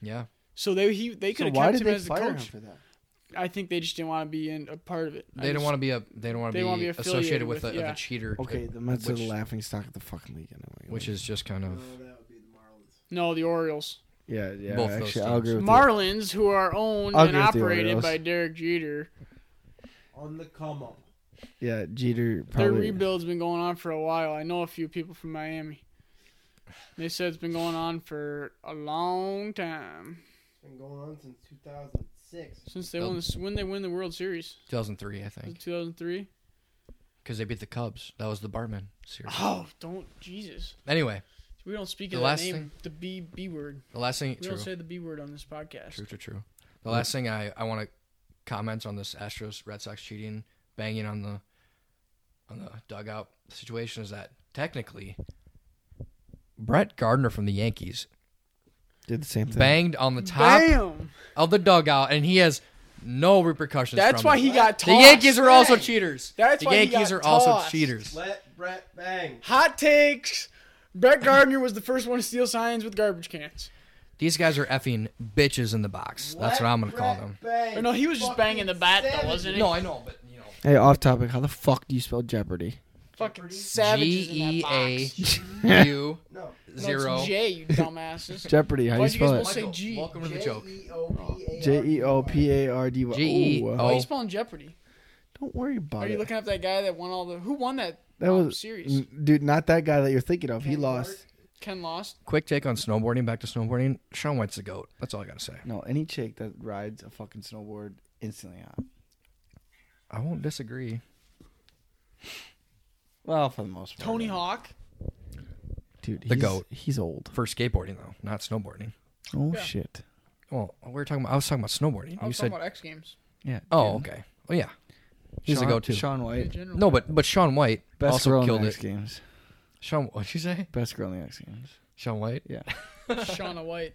A: Yeah.
C: So they he they could
B: So
C: have
B: why
C: kept
B: did
C: him
B: they
C: as the
B: fire him
C: coach.
B: for that?
C: I think they just didn't want to be in a part of it.
A: They don't want to be a they don't want
C: they
A: to
C: wanna
A: be
C: be
A: associated
C: affiliated
A: with,
C: with-
A: a, of
C: yeah.
A: a cheater.
B: Okay, the Mets are
A: which-
B: the laughing stock of the fucking league anyway.
A: which is just kind
D: No,
A: of
D: Oh,
C: Uh,
D: that would be the Marlins.
C: No, the Orioles.
B: yeah, yeah.
A: Both those
B: actually, I'll
A: teams.
B: agree with you.
C: Marlins, who are owned
B: I'll
C: and
B: give it to the
C: operated
B: Orioles.
C: by Derek Jeter.
D: On the come up.
B: Yeah, Jeter
C: Their
B: probably.
C: rebuild's been going on for a while. I know a few people from Miami. They said it's been going on for a long time
D: It's been going on since 2006.
C: since they won this, when they win the World Series.
A: 2003, I think.
C: Was it 2003?
A: because they beat the Cubs. That was the Bartman series.
C: Oh, don't Jesus.
A: Anyway,
C: We don't speak
A: The
C: of
A: last
C: that name,
A: thing-
C: the B B word.
A: the last thing.
C: We
A: True,
C: don't say the B word on this podcast.
A: true, true, true. The last thing I, I want to comment on this Astros Red Sox cheating, banging on the on the dugout situation is that technically Brett Gardner from the Yankees
B: Did the same thing.
A: banged on the top
C: Damn.
A: of the dugout and he has no repercussions.
C: That's
A: from
C: why
A: it.
C: he got
A: The
C: tossed.
A: Yankees are also
D: Dang.
A: cheaters.
C: That's
A: the
C: why he
A: Yankees
C: got
A: are also
C: tossed.
A: cheaters.
D: Let Brett bang.
C: Hot takes. Brett Gardner was the first one to steal signs with garbage cans.
A: These guys are effing bitches in the box. That's
D: Let
A: what I'm gonna call
D: Brett
A: them.
D: Bang.
C: Or no, he was just
D: Fucking
C: banging the bat, though,
D: savage.
C: wasn't he?
A: No, I know, but you know.
B: Hey, off topic. How the fuck do you spell Jeopardy?
C: Fucking savages in that box.
A: G E A U
D: No.
C: No, it's
A: zero.
C: J, E you dumbasses.
B: Jeopardy. How do you
C: Why'd you
B: spell
C: guys
B: it?
C: Don't say G.
A: Welcome to the
D: E
A: joke.
D: J-E-O-P-A-R-D-Y.
B: J e o p a r d y.
A: G E
B: Oh,
C: Why
A: O-
C: are you spelling Jeopardy?
B: Don't worry about
C: Are
B: it.
C: you looking up that guy that won all the? Who won that?
B: Oh, that
C: um,
B: was
C: series.
B: n- dude, not that guy that you're thinking of. He
D: Ken
B: lost.
D: Clark.
C: Ken lost.
A: Quick take on snowboarding. Back to snowboarding. Sean White's the goat. That's all I gotta say.
B: No, any chick that rides a fucking snowboard instantly uh, hot.
A: I won't disagree.
B: Well, for the most part.
C: Tony
B: yeah.
C: Hawk.
B: dude,
A: The
B: he's-
A: goat.
B: He's old.
A: For skateboarding though, not snowboarding.
B: Oh
C: Yeah.
B: shit.
A: Well, we were talking about. I was talking about snowboarding.
C: I
A: you
C: was
A: said.
C: talking about X Games.
B: Yeah.
A: oh,
B: dude.
A: okay. Well, yeah. He's
B: Shaun,
A: the go-to.
B: Sean
C: In
B: White,
C: general.
A: No, but but Sean White
B: best girl
A: also
B: in
A: killed
B: the
A: it.
B: X Games.
A: Sean, what'd you say?
B: Best girl in the X Games.
A: Sean White.
B: Yeah.
C: Shauna White.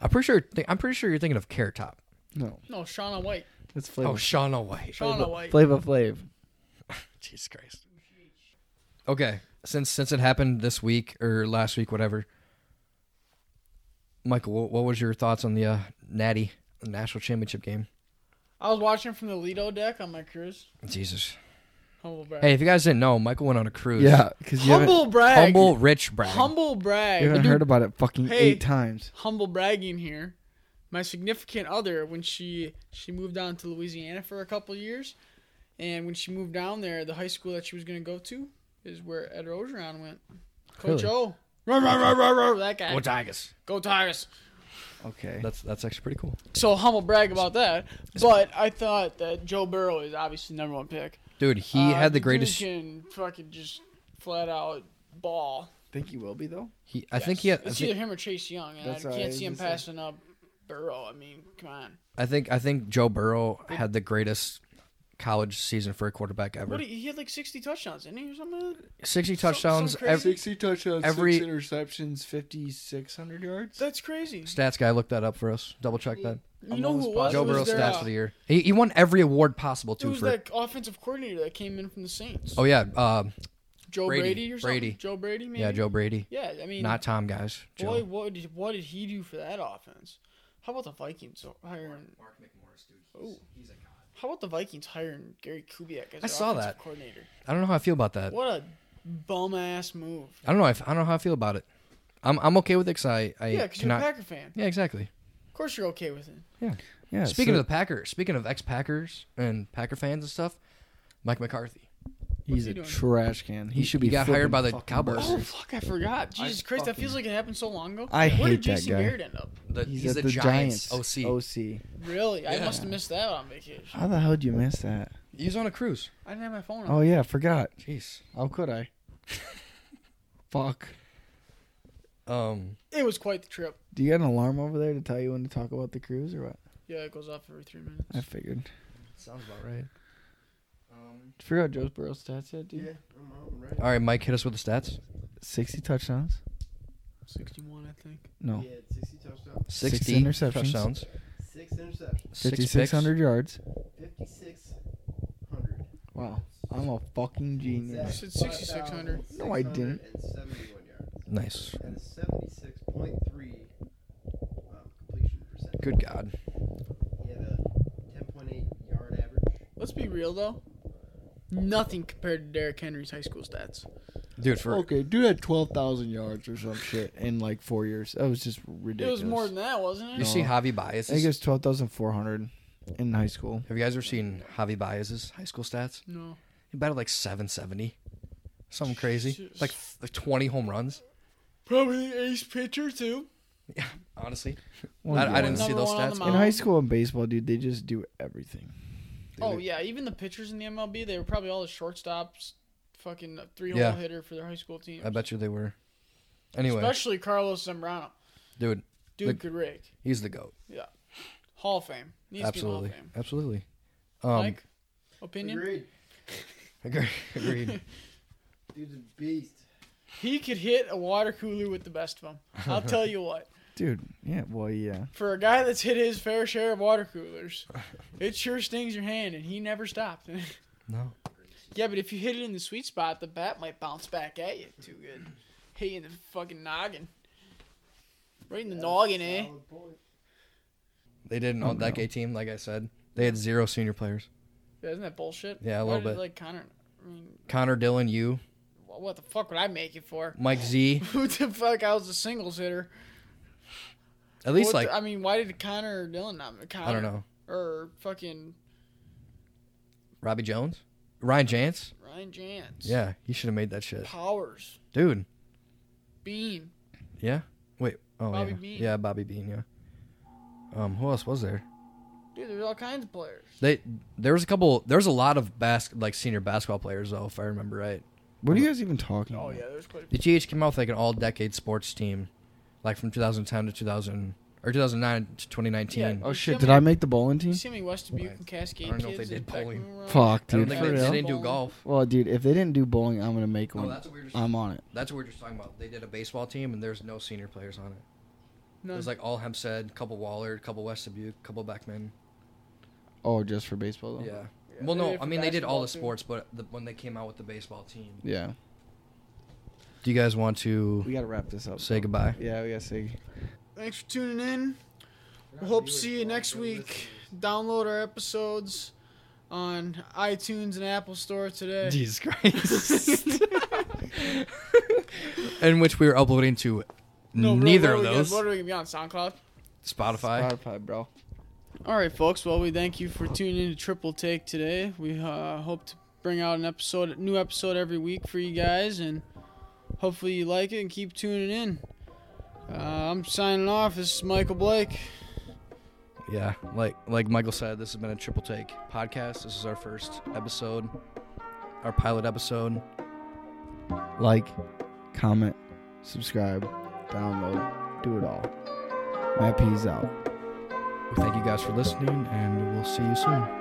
A: I'm pretty sure. I'm pretty sure you're thinking of Carrot Top.
B: No,
C: No, Shauna White.
B: that's
A: Oh,
B: Flavor.
A: Shauna White.
C: Shauna White.
B: Flavor Flav.
A: Jesus Christ. Okay, since since it happened this week or last week, whatever. Michael, what, what was your thoughts on the uh, Natty the National Championship game?
C: I was watching from the Lido deck on my cruise.
A: Jesus.
C: Humble brag.
A: Hey, if you guys didn't know, Michael went on a cruise.
B: Yeah, because you haven't,
C: humble brag.
A: Humble, rich, brag.
C: Humble
B: you
C: brag.
B: haven't
C: Dude,
B: heard about it fucking
C: Hey.
B: eight times.
C: humble bragging here. My significant other, when she she moved down to Louisiana for a couple years, and when she moved down there, the high school that she was going to go to is where Ed Ogeron went. Coach
A: Really?
C: O. Rah, rah, rah, rah, rah, that guy.
A: Go Tigers.
C: Go Tigers.
B: Okay.
A: That's that's actually pretty cool,
C: So humble brag about that. But I thought that Joe Burrow is obviously the number one pick.
A: dude. He
C: Uh,
A: had the
C: dude
A: greatest.
C: Can fucking just flat out ball.
B: Think you will be though.
A: He, I think he.
C: Yes.
A: Had, I,
C: It's
A: thi-
C: either him or Chase Young, and I
B: That's what I
C: can't
B: was
C: see him
B: gonna say.
C: passing up Burrow. I mean, come on.
A: I think. I think Joe Burrow had the greatest college season for a quarterback ever.
C: What he he had like sixty touchdowns, didn't he, or something? like that?
A: Sixty
C: some
A: touchdowns.
C: crazy-
A: every,
B: Sixty touchdowns,
A: every-
B: six interceptions, fifty six hundred yards.
C: That's crazy.
A: stats guy looked that up for us. Double check that.
C: you know who it was?
A: Joe
C: It was
A: Burrow
C: their,
A: stats
C: uh,
A: for the year. He, he won every award possible
C: It
A: too.
C: was
A: For
C: that offensive coordinator that came in from the Saints.
A: oh yeah, uh,
C: Joe
A: Brady.
C: Brady, or something.
A: Brady.
C: Joe Brady, maybe.
A: yeah, Joe Brady,
C: Yeah, I mean,
A: not Tom guys.
C: boy,
A: Joe.
C: what did what did he do for that offense? How about the Vikings hiring?
A: Mark McMorris, dude.
C: Oh.
A: he's a god.
C: How about the Vikings hiring Gary Kubiak as
A: I
C: their
A: saw
C: offensive
A: that.
C: coordinator?
A: I don't know how I feel about that.
C: What a bum ass move.
A: I don't know. If, I don't know how I feel about it. I'm I'm okay with it because I I
C: Yeah, because you're
A: cannot.
C: a Packer fan.
A: yeah, exactly.
C: Of course you're okay with it.
B: Yeah.
A: Speaking
B: so
A: of the Packers, speaking of ex-Packers and Packer fans and stuff, Mike McCarthy.
B: he's
C: he
B: a
C: doing?
B: trash can. He,
A: He-
B: should
A: he
B: be.
A: got hired
B: flipping
A: by the
B: fucking
A: Cowboys.
B: burgers.
C: Oh fuck! I forgot. Jesus Christ, that feels like it happened so long ago.
B: I
C: Where
B: hate
C: did
B: that
C: JC
B: guy.
C: Garrett end up?
A: The, he's, the, Giants, OC.
B: OC.
C: Really? I
A: Yeah.
C: must have missed that on vacation.
B: How the hell did you miss that?
A: He's on a cruise.
C: I didn't have my phone.
B: Oh
C: on.
B: yeah, forgot.
A: Jeez.
B: How could I? Fuck.
A: Um.
C: It was quite the trip.
B: Do you got an alarm over there to tell you when to talk about the cruise or what?
C: Yeah, it goes off every three minutes.
B: I figured.
A: Sounds about right. Um,
B: Figure out Joe Burrow's stats yet, dude?
D: I'm out and ready.
A: All right, Mike, hit us with the stats.
B: 60 touchdowns?
C: Sixty-one, I think.
B: No.
D: He had 60 touchdowns,
B: Six
A: 60
B: interceptions.
A: touchdowns,
D: 6 interceptions,
A: six picks.
B: 5,600 yards.
D: 5,600.
B: Wow. I'm a fucking
C: You
B: genius.
C: said 6,600.
B: No, I didn't.
D: 671 yards.
A: Nice.
D: And a 76.3 um, completion percentage.
A: Good God.
D: He had a 10.8 yard average.
C: Let's be real though. Nothing compared to Derrick Henry's high school stats.
A: Dude, for
B: Okay, dude had 12,000 yards or some shit in like four years. That was just ridiculous.
C: It was more than that, wasn't
A: you
C: it?
A: see
B: No.
A: Javi
B: I think
A: Baez's?
B: it was 12,400 in high school.
A: Have you guys ever seen Javi Baez's high school stats?
C: No.
A: He batted like 770. Something crazy.
C: Jesus.
A: Like, like 20 home runs.
C: Probably the ace pitcher too.
A: Honestly,
B: Well,
A: I, I
B: yeah.
A: didn't see
C: Number
A: those
C: one on the
A: stats.
C: mound.
B: In high school and baseball, dude, they just do everything.
C: Oh yeah, even the pitchers in the MLB, they were probably all the shortstops, fucking three-hole
A: Yeah.
C: hitter for their high school team.
A: I bet you they were. Anyway,
C: Especially Carlos Zambrano.
A: dude,
C: Dude
A: Like-
C: could rake.
A: he's the goat.
C: Hall of Fame. Needs
A: Absolutely,
C: to be in
A: absolutely.
C: Hall of Fame.
A: Um,
C: Mike, opinion?
D: Agreed.
A: agree- Um, agreed.
D: Dude's a beast.
C: He could hit a water cooler with the best of them. I'll tell you what.
B: Dude, yeah, well, yeah.
C: For a guy that's hit his fair share of water coolers, it sure stings your hand, and he never stopped.
A: No,
C: yeah, but if you hit it in the sweet spot, the bat might bounce back at you too good. Hit you in the fucking noggin. Right in the noggin, eh?
D: Solid point.
A: they didn't on that gay team. Like I said, they had zero senior players.
C: Yeah, isn't that bullshit?
A: Yeah, a
C: Why
A: little
C: did,
A: bit.
C: Like Connor, I mean,
A: Connor Dillon, you,
C: wh- what the fuck would I make it for?
A: Mike Z.
C: Who the fuck? I was a singles hitter.
A: At least
C: What
A: like
C: the- I mean, why did Connor or Dylan not? Connor
A: I don't know.
C: Or fucking
A: Robbie Jones, Ryan Jance.
C: Ryan Jantz.
A: Yeah, he should have made that shit,
C: Powers.
A: dude.
C: Bean.
A: Yeah. Wait. Oh
C: Bobby
A: yeah.
C: Bean.
A: Yeah, Bobby Bean. Yeah. Um, who else was there?
C: Dude, there's all kinds of players.
A: They there was a couple. There was a lot of bas- like senior basketball players though, if I remember right.
F: What are you guys even talking
C: Oh
F: about?
C: yeah, there's quite a
A: The GH came out with like an all decade sports team, like from 2010 to 2000 or 2009 to 2019.
C: Yeah.
F: Oh shit,
C: Yeah,
F: did
C: man.
F: I make the bowling
C: You
F: team?
C: see me West Dubuque and Cascade
A: I don't know if
C: kids
A: they
C: and
A: did bowling.
C: Beckman were on?
F: Fuck,
A: I don't
F: dude.
A: think
F: for
A: they,
F: real?
A: they didn't do
C: Bowling.
A: golf.
F: Well, dude, if they didn't do bowling, I'm gonna make
A: Oh,
F: one.
A: that's what we were just,
F: I'm on it.
A: that's what we were just talking about. They did a baseball team and there's no senior players on it.
C: None.
A: It was like all Hempstead, couple Waller, couple West Dubuque, couple Beckman.
F: Oh, just for baseball though.
A: Yeah.
C: Yeah,
A: Well,
C: they
A: no,
C: did it
A: I
C: for
A: mean they did all the
C: basketball,
A: sports, but the, when they came out with the baseball team.
F: Yeah.
A: Do you guys want to
F: We gotta wrap this up.
A: say goodbye?
F: Yeah, we gotta say.
C: too. Thanks for tuning in. We hope to see you next week. Download our episodes on iTunes and Apple Store today.
A: Jesus Christ. In which we were uploading to
C: No,
A: neither of
C: what are we gonna-
A: those.
C: What are we gonna be on SoundCloud?
A: Spotify.
F: Spotify, bro.
C: All right, folks. Well, we thank you for tuning in to Triple Take today. We uh, hope to bring out an episode, new episode every week for you guys, and hopefully you like it and keep tuning in. Uh, I'm signing off. This is Michael Blake.
A: Yeah, like like Michael said, this has been a triple take podcast. This is our first episode, our pilot episode.
F: Like, comment, subscribe, download, do it all. Matt P's out.
A: We thank you guys for listening, and we'll see you soon.